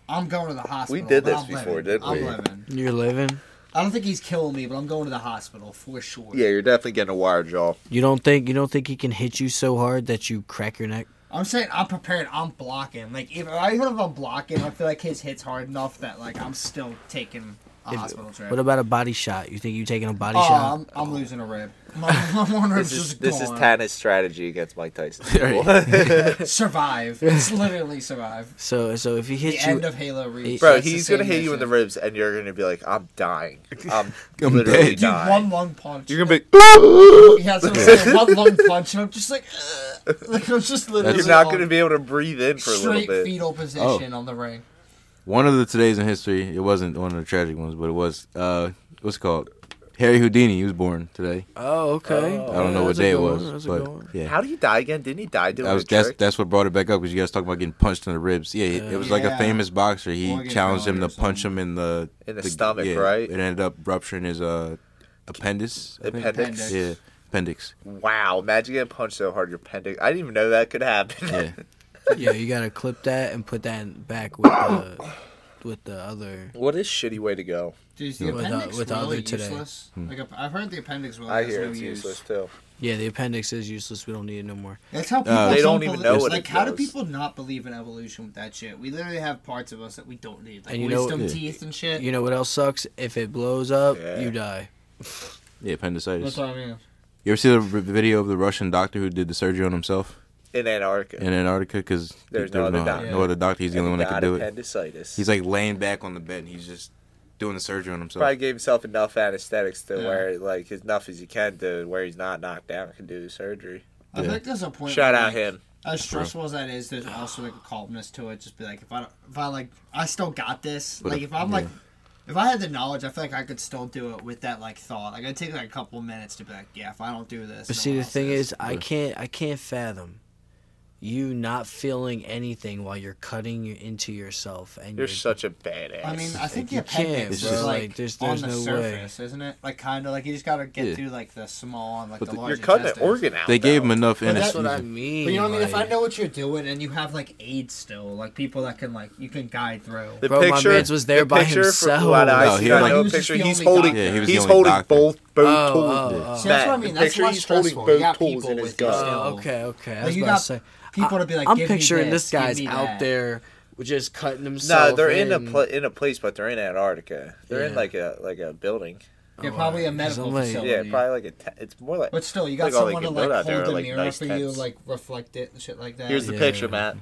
I'm going to the hospital. did but this I'm before, living. didn't I'm we? living. You're living. I don't think he's killing me, but I'm going to the hospital for sure. yeah, you're definitely getting a wire jaw. You don't think you don't think he can hit you so hard that you crack your neck? I'm saying I'm prepared. I'm blocking. Like if I even if I'm blocking, I feel like his hits hard enough that like I'm still taking a hospital trip. What about a body shot? You think you taking a body oh, shot? I'm, I'm losing a rib. My, my one rib's This is just this is gone. Tana's strategy against Mike Tyson. survive. It's literally survive. So so if he The hits you, end of Halo Reach. Bro, That's the he's gonna same hit you in the mission. ribs, and you're gonna be like, "I'm dying. I'm, I'm literally dead." Dude, dying." one lung punch. You're gonna be. Yeah, that's what I'm saying. One lung punch, and I'm just like, uh, like I'm just literally. You're not gonna on be able to breathe in for a little straight bit. Oh. fetal position on the ring. One of the today's in history. It wasn't one of the tragic ones, but it was. Uh, what's it called? Harry Houdini. He was born today. oh okay. I don't know what That's a day it good one, was, that's a but good one. yeah. How did he die again? Didn't he die doing that was a that's trick? that's what brought it back up because you guys talking about getting punched in the ribs. Yeah, it, it was like a Yeah. famous boxer. He Morgan challenged him to Fowler or punch him in the In the stomach, right? It ended up rupturing his uh appendix. I think. Appendix. Yeah, appendix. Wow! Imagine getting punched so hard your appendix. I didn't even know that could happen. Yeah, yeah, you gotta clip that and put that in- back with the with the other. what a shitty way to go! Dude, is the With the- appendix with the really other today. Hmm. useless? Like i I've heard the appendix really I has hear no it's use. useless too. Yeah, the appendix is useless. We don't need it no more. That's how people. They some don't even belie- know what Like, it how do does. people not believe in evolution with that shit? We literally have parts of us that we don't need, like And you know- wisdom Yeah. teeth and shit. You know what else sucks? If it blows up, Yeah. you die. yeah, appendicitis. That's what I mean. You ever see the r- video of the Russian doctor who did the surgery on himself In Antarctica, in Antarctica? Because There's there no was other no, doctor. no other doctor. He's the And only one he that could got do it. appendicitis. He's like laying back on the bed and he's just doing the surgery on himself. probably gave himself enough anesthetics to Yeah. where like enough as he can to where he's not knocked down and can do the surgery. I think there's a point. Shout where, out like, him. As stressful as that is, there's also like a calmness to it. Just be like, if I don't- if I like, I still got this. But like if- if I'm like, if I had the knowledge, I feel like I could still do it with that like thought. Like I take like a couple minutes to be like, yeah, if I don't do this. But no see, one the else thing is. is, I can't I can't fathom you not feeling anything while you're cutting you into yourself and You're such a badass. I mean, I think the you can't, appendix bro. is like, Like, there's- there's on the no way. surface, isn't it? Like kind of like you just gotta get Yeah. through like the small and like But the the- large. you're cutting an intestines. organ out. They gave though. him enough But that's That's what I anesthesia. mean. But you know what I mean? If I like- know what you're doing and you have like aids still, like people that can like you can guide through. The Bro, my picture mans was there the by picture for- himself. well, I, No, see he that was little like- picture. He was He's the only holding. doctor. Yeah, he was the he's only holding doctor. both both Oh, tools. oh, oh. See, that's That- what I mean. the That's picture, less he's holding stressful. both you got tools people in his with you gut. still. Oh, okay, okay. I Like, was you about got to say. people I, to be like, I'm "Give me picturing this, this, give guy's me out that." there just cutting himself. No, they're in a and- pla- in a place, but they're in Antarctica. They're in Yeah. like a like a building. Yeah, Oh, probably a alright, 'cause medical I'm like- facility. Yeah, probably like a. T- it's more like. But still, you got Like, all they someone to can build like out there hold are, the like, mirror nice for you, tents. like reflect it and shit like that. Here's the Yeah. picture, Matt.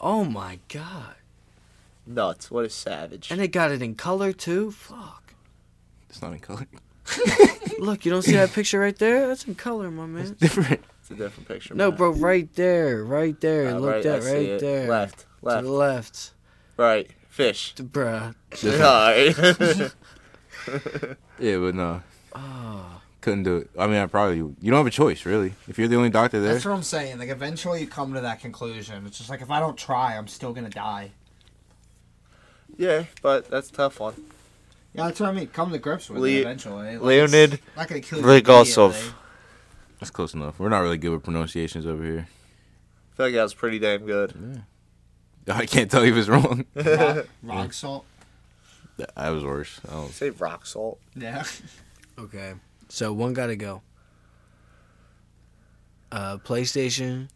Oh my god! Nuts! What a savage. And they got it in color too. Fuck! It's not in color. Look, you don't see that picture right there? That's in color, my man. Different. It's a different picture. No, Matt. bro, right there, right there. Uh, Look right, I that see right it. there. Left, To left, the left, right. Fish. D- bruh. Alright. Yeah, but no, Oh, couldn't do it. I mean, I probably you don't have a choice really. If you're the only doctor there, That's what I'm saying. Like eventually, you come to that conclusion. It's just like if I don't try, I'm still gonna die. yeah, but that's a tough one. Yeah, that's what I mean. Come to grips with Le- it eventually. Like, Leonid it's not gonna kill you Rygosov. immediately. that's close enough. We're not really good with pronunciations over here. I feel like that was pretty damn good. I can't tell you if it's wrong. Rock, rock salt. I was worse. I don't- Say rock salt. Yeah. okay. So one gotta go. Uh, PlayStation,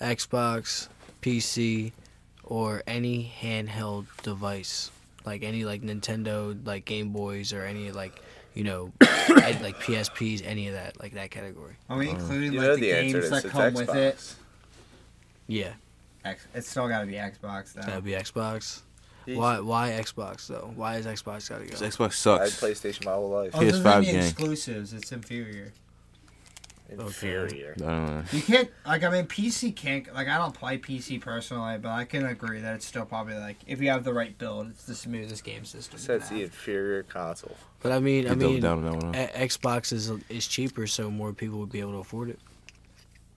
Xbox, PC, or any handheld device, like any like Nintendo, like Game Boys, or any like you know, ed- like PSPs, any of that, like that category. Are we including You like know the, the answer games is that it's come with it? Xbox. Yeah, X- it's still gotta be Xbox though. that'd be Xbox. Jeez. Why? Why Xbox though? Why is Xbox gotta go? Xbox I had sucks. PlayStation my whole life. Oh, those PS5 are the game. exclusives. It's inferior. Inferior. I don't know. You can't like I mean PC can't like I don't play PC personally, but I can agree that it's still probably like if you have the right build, it's the smoothest game system. So it's to the have. inferior console. But I mean, I You doubled mean, eh, down on that one. huh? A- Xbox is is cheaper, so more people would be able to afford it.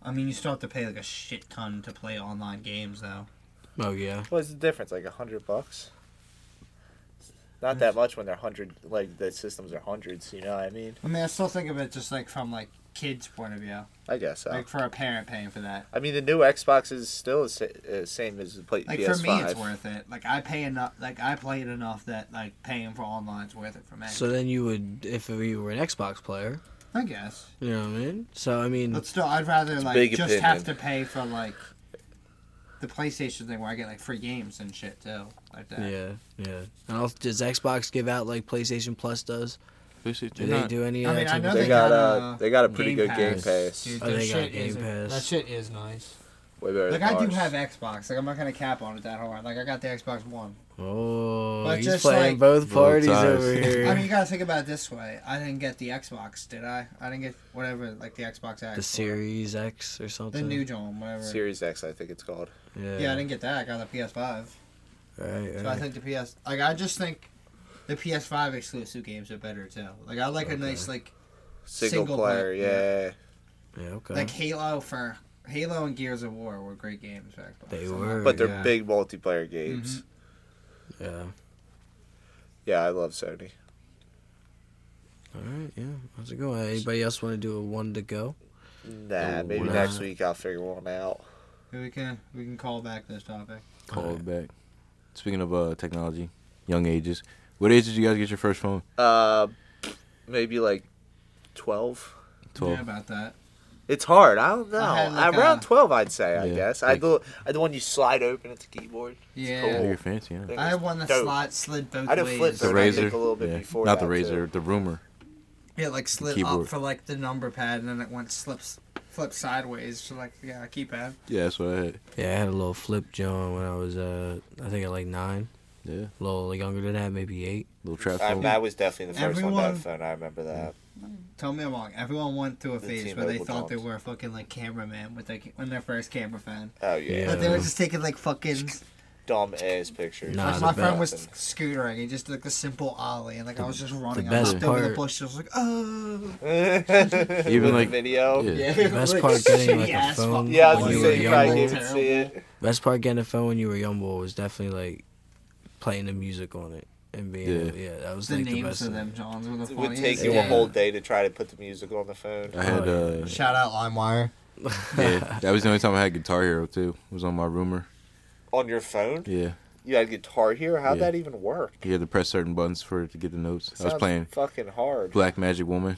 I mean, you still have to pay like a shit ton to play online games though. Oh yeah, What's the difference? Like a hundred bucks? Not that much when they're hundred. Like the systems are hundreds. You know what I mean? I mean, I still think of it just like from like kids' point of view, I guess so. like for a parent paying for that. I mean, the new Xbox is still the sa- uh, same as the play- Like PS5. for me, it's worth it. Like I pay enough. Like I play it enough that like paying for online's worth it for me. so then you would, if you were an Xbox player, I guess. you know what I mean. So I mean, But still, I'd rather like big just have to opinion. pay for like the PlayStation thing where I get like free games and shit too, like that. yeah, yeah. And also, does Xbox give out like PlayStation Plus does? Do PlayStation- they nah. do any? I of mean, that I type know of they, They thing? got, got, uh, uh, they got a pretty good Game Pass. Dude, Oh, their they got shit Game is- Pass. That shit is nice. Way better. Like than I do ours. have Xbox. Like I'm not gonna cap on it that hard. Like I got the Xbox One. Oh, But he's just playing like- both Both parties sides. over I mean, you here. gotta think about it this way. I didn't get the Xbox, did I? I didn't get whatever, like the Xbox X. The Series X or The something. new John, whatever. Series X, I think it's called. Yeah. Yeah, I didn't get that. I got the PS5. Right, So I right. think the PS, like I just think the PS5 exclusive games are better too. Like I like a nice like Single, Single player, player, yeah. yeah. Yeah. Okay. like Halo for Halo and Gears of War were great games. for Xbox. They I'm not- were. But they're Oh, Yeah. Mm-hmm. big multiplayer games. yeah. Yeah, I love Sony. All right. Yeah. How's it going? Anybody else want to do a one to go? Nah, Oh, maybe nah. next week I'll figure one out. We can we can call back this topic. Call it back. Speaking of uh, technology, young ages. What age did you guys get your first phone? Uh, maybe like twelve. Twelve. Yeah, about that. It's hard. I don't know. had like Around a- twelve, I'd say. I Yeah, guess. I like- do. I the one you slide open at the keyboard. Oh, Yeah. you're fancy, yeah. Thing I is had one that dope. slot slid both I had a flip ways. The phone, I razor. think, a little bit yeah. before Not the that, razor. The rumor. It like slid up keyboard. for like the number pad, and then it went slips flip sideways to like yeah keypad. Yeah, that's what I had. Yeah, I had a little flip John when I was uh I think at like nine. Yeah, A little younger than that, maybe eight. little trap I, phone. I was definitely the first one to have a Everyone- phone. I remember that. Tell me I'm wrong. Everyone went through a The phase team where they mobile thought they phones. were a fucking like cameraman with like on their first camera phone. Oh yeah. Yeah. But they were just taking like fucking dumb ass pictures. Nah, Like, the my friend was best. scootering. He just did like the simple ollie, and like I was just running. I best hopped over the part- bushes. I was like, oh. Even With like- the video. Yeah. The best part getting like a phone. Yeah, I was when gonna you say were you young probably boy- didn't see it. Best part getting a phone when you were young boy was definitely like playing the music on it and being Yeah. yeah, that was The like the names best. of thing. them, Johns, were the It would funniest. take you Yeah. a whole day to try to put the music on the phone. I had Oh, uh, Shout out LimeWire. yeah, that was the only time I had Guitar Hero too. It was on my rumor. On your phone? Yeah, You had Guitar Hero? How'd Yeah. that even work? you had to press certain buttons for it to get the notes. I was Sounds playing fucking hard. Black Magic Woman.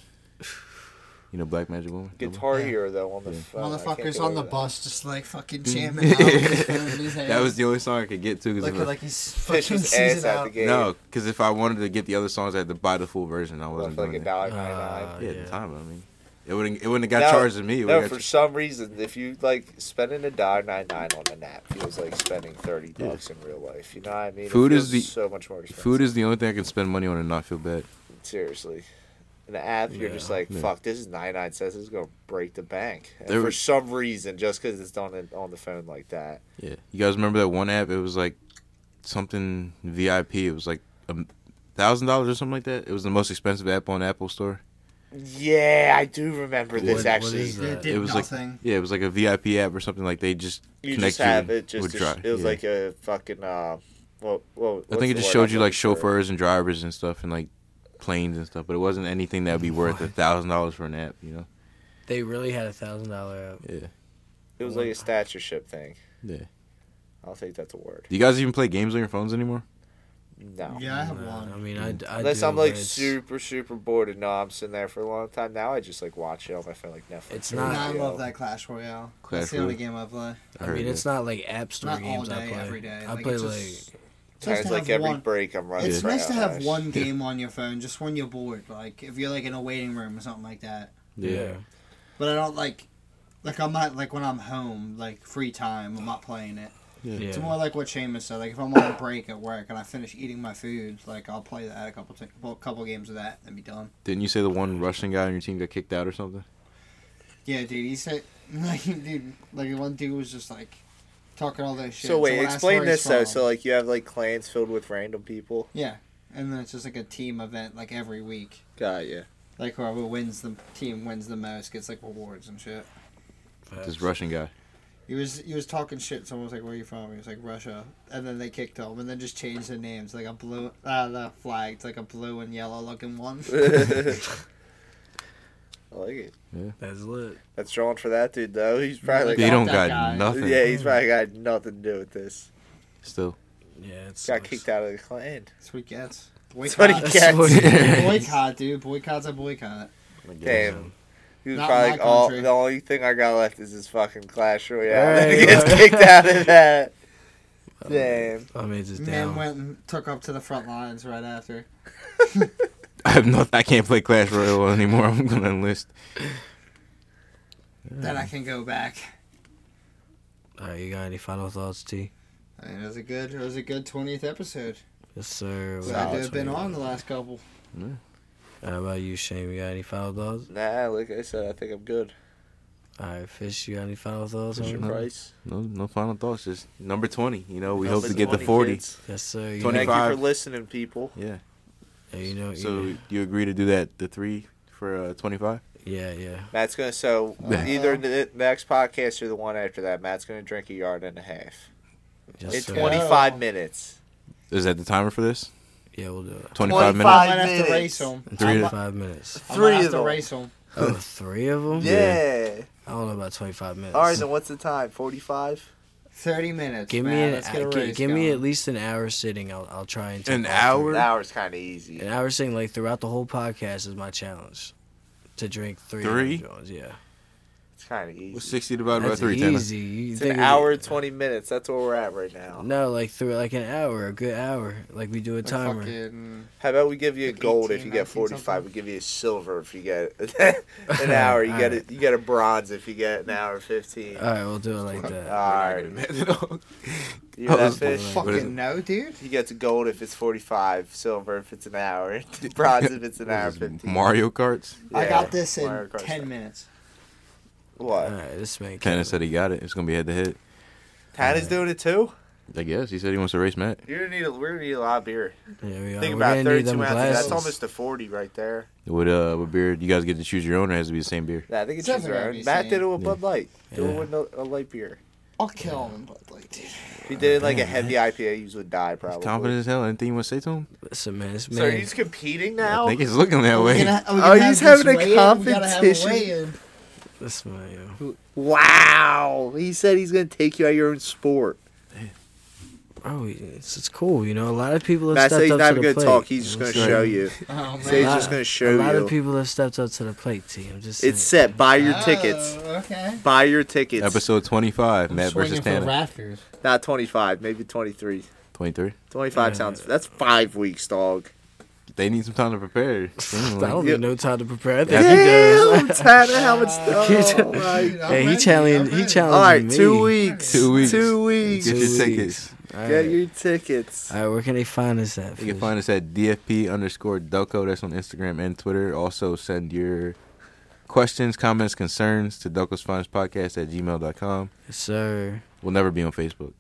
You know Black Magic Woman. Guitar Yeah. Hero though on the phone. I can't Motherfuckers get on over the that. bus just like fucking jamming. out with his phone in his That hand. was the only song I could get too. Looking Cause like he's Fish fucking his ass season out out. the game. no, because if I wanted to get the other songs, I had to buy the full version. I Left wasn't Ah, like a doing that. dollar Uh, Yeah, at Yeah. the time, I mean, it wouldn't. It wouldn't have got charged to me. It No, would've for got some reason, if you like spending a dollar nine nine on a nap feels like spending thirty bucks in real life. You know what I mean? It Food is feels the- so much more expensive. Food is the only thing I can spend money on and not feel bad. seriously. An app, you're just Yeah. like, Yeah. fuck, this is 99 cents. This is going to break the bank. And There for was- some reason, just because it's done it on the phone like that. Yeah. You guys remember that one app? It was like something VIP. It was like a thousand dollars or something like that. It was the most expensive app on Apple Store. Yeah, I do remember this What- what actually. is that? Did it was nothing. like yeah, it was like a VIP app or something like they just you connect just have you it just with to- dri- it was yeah. like a fucking uh well, well I think it just showed you like chauffeurs and drivers and stuff and like planes and stuff, but it wasn't anything that would be worth a thousand dollars for an app, you know? They really had a thousand dollar app. Yeah. It was like a statureship thing. Yeah. I'll take that to word. Do you guys even play games on your phones anymore? No. Yeah, I have I one. mean, I, I Unless do, I'm like but it's- super, super bored and no, I'm sitting there for a long time. Now I just like watch it on my phone like Netflix. It's or Nah, not- I video. love that Clash Royale. Clash That's the only Royale. game I play. I I heard mean, it. it's not like app store Not all games I day, play. every day. I Like, play it's like just- Sometimes to like have every one- break I'm running. It's for nice to have hours. one game on your phone, just when you're bored. Like if you're like in a waiting room or something like that. yeah. But I don't like, like I'm not like when I'm home, like free time, I'm not playing it. yeah. It's more like what Seamus said. Like if I'm on a break at work and I finish eating my food, like I'll play that a couple, t- well, couple games of that and be done. Didn't you say the one Russian guy on your team got kicked out or something? Yeah, dude. He said, like, dude, like one dude was just like talking all that shit. So wait, when I asked explain where he's this though. from- So like you have like clans filled with random people. yeah, and then it's just like a team event, like every week. Got yeah. Like whoever wins the team wins the most gets like rewards and shit. This Russian guy. He was he was talking shit. Someone was like, "Where are you from?" He was like, "Russia," and then they kicked him, and then just changed the names. Like a blue, uh, the flag. It's like a blue and yellow looking one. I like it. That's lit. That's drawn for that dude though. He's probably They got like, don't got that guy. nothing. yeah, he's probably got nothing to do with this. Still. Yeah, it's Got kicked out of the clan. That's what he gets. That's what he Boycott. gets. boycott, dude. Boycott's a boycott. Damn. He was Not probably my like, all, country. the only thing I got left is this fucking Clash Royale. Right, he gets right. kicked out of that. Damn. I mean, it's just Man down. went and took up to the front lines right after. I have not. I can't play Clash Royale anymore. I'm gonna enlist. Then I can go back. All right, you got any final thoughts, T? I mean, it was a good, it was a good twentieth episode. Yes, sir. We Glad got to have been 21. on the last couple. How about you, Shane? You got any final thoughts? Nah, like I said, I think I'm good. All right, Fish, you got any final thoughts? Fisher on it? Price. No, no final thoughts. Just number twenty. You know, we Number hope to get the 20, forty. kids. Yes, sir. Thank You Twenty- know, you 25. for listening, people. Yeah. Oh, yeah, you know, So you- you agree to do that? The three for uh, twenty-five. yeah, yeah. Matt's gonna so Yeah. either the next podcast or the one after that. Matt's gonna drink a yard and a half Yes, in sir. 25 minutes. Is that the timer for this? Yeah, we'll do it. Twenty-five, 25. minutes. I might have to minutes. race them. In Three to- Twenty-five minutes. I Three might of have to them. race them. Oh, three of them. Yeah. I don't know about twenty-five minutes. All right, then what's the time? 45. Thirty minutes. give man. me an, Let's get a gi- race give me going. at least an hour sitting. I'll I'll try and take An all hour. An hour's kind of easy. An hour sitting like throughout the whole podcast is my challenge. To drink three. Three? Jim Jones, yeah. It's kind of easy. What's sixty divided That's by three? Tanner? easy. You It's think an of hour it- and 20 minutes. That's where we're at right now. No, like through like an hour, a good hour. Like we do a Like, timer. fucking- How about we give you a Like gold 18, if you get 19 45? something? We give you a silver if you get an hour. You get Alright. a, you get a bronze if you get an hour 15. All right, we'll do it like All that. right. That You hear that was- fish? What is it? Fucking no, dude. He gets a gold if it's 45, silver if it's an hour, bronze if it's an hour 15. Mario Karts. I Yeah, got this in Mario Kart ten style. minutes. All What? right, this man. Tanner Kenneth. said he got it. It's gonna be head to head. uh, Tanner's doing it too? I guess he said he wants to race Matt. You're gonna need a, we're gonna need a lot of beer. Yeah, we are. Think We're about gonna need 32 them ounces. glasses. That's almost a 40 right there. What uh, what beer? You guys get to choose your own, or it has to be the same beer? Nah, I think It's it's just definitely our gotta own. be Matt same. did it with Bud Light. Do Yeah. it with no, a light beer. I'll kill him, but like, dude. If Uh, he did it like a heavy IPA, you would die probably. Confident as hell. Anything you want to say to him? Listen, man, this So man. he's competing I now. think he's looking that way. oh, he's having a competition. this man, yo. Wow! He said he's gonna take you out of your own sport. Bro, Oh, it's, it's cool. You know, a lot of people have Matt said stepped he's up not to even the gonna plate. talk. He's just gonna That's show right. you. Oh, He said he's man. just gonna a show lot you. of people have stepped up to the plate, T. I'm just saying. it's set. Buy your tickets. Oh, okay. Buy your tickets. Episode twenty-five. Matt Swinging versus for the Tanner. rafters. Not 25, maybe 23. Twenty-three. 25 sounds. That's five weeks, dog. They need some time to prepare. I Seemingly. don't Yeah. need no time to prepare. I think he does. Damn, Tanner, how much? Oh, my. Dude, I'm Hey, he ready, challenged. I'm He ready. challenged All right, Oh, me. two weeks. Two weeks. Two weeks. Get your Two tickets. All right. Get your tickets. All right, where can they find us at? You can Fish? find us at DFP underscore Delco. That's on Instagram and Twitter. Also, send your questions, comments, concerns to Delco's Finest Podcast at gmail.com. yes, sir. We'll never be on Facebook.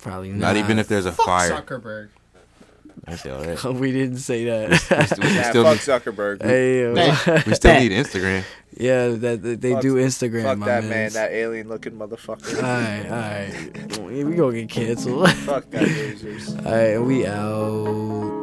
Probably not. Not even if there's a Fuck fire. Zuckerberg. I say all that. we didn't say that. We Yeah, still, fuck need, Zuckerberg. hey, yo. we still need Instagram. yeah, that, that- they Fuck- do Instagram. Fuck my that man, mans. that alien looking motherfucker. All right, all right. We gonna get canceled. all Fuck that losers. right, we out.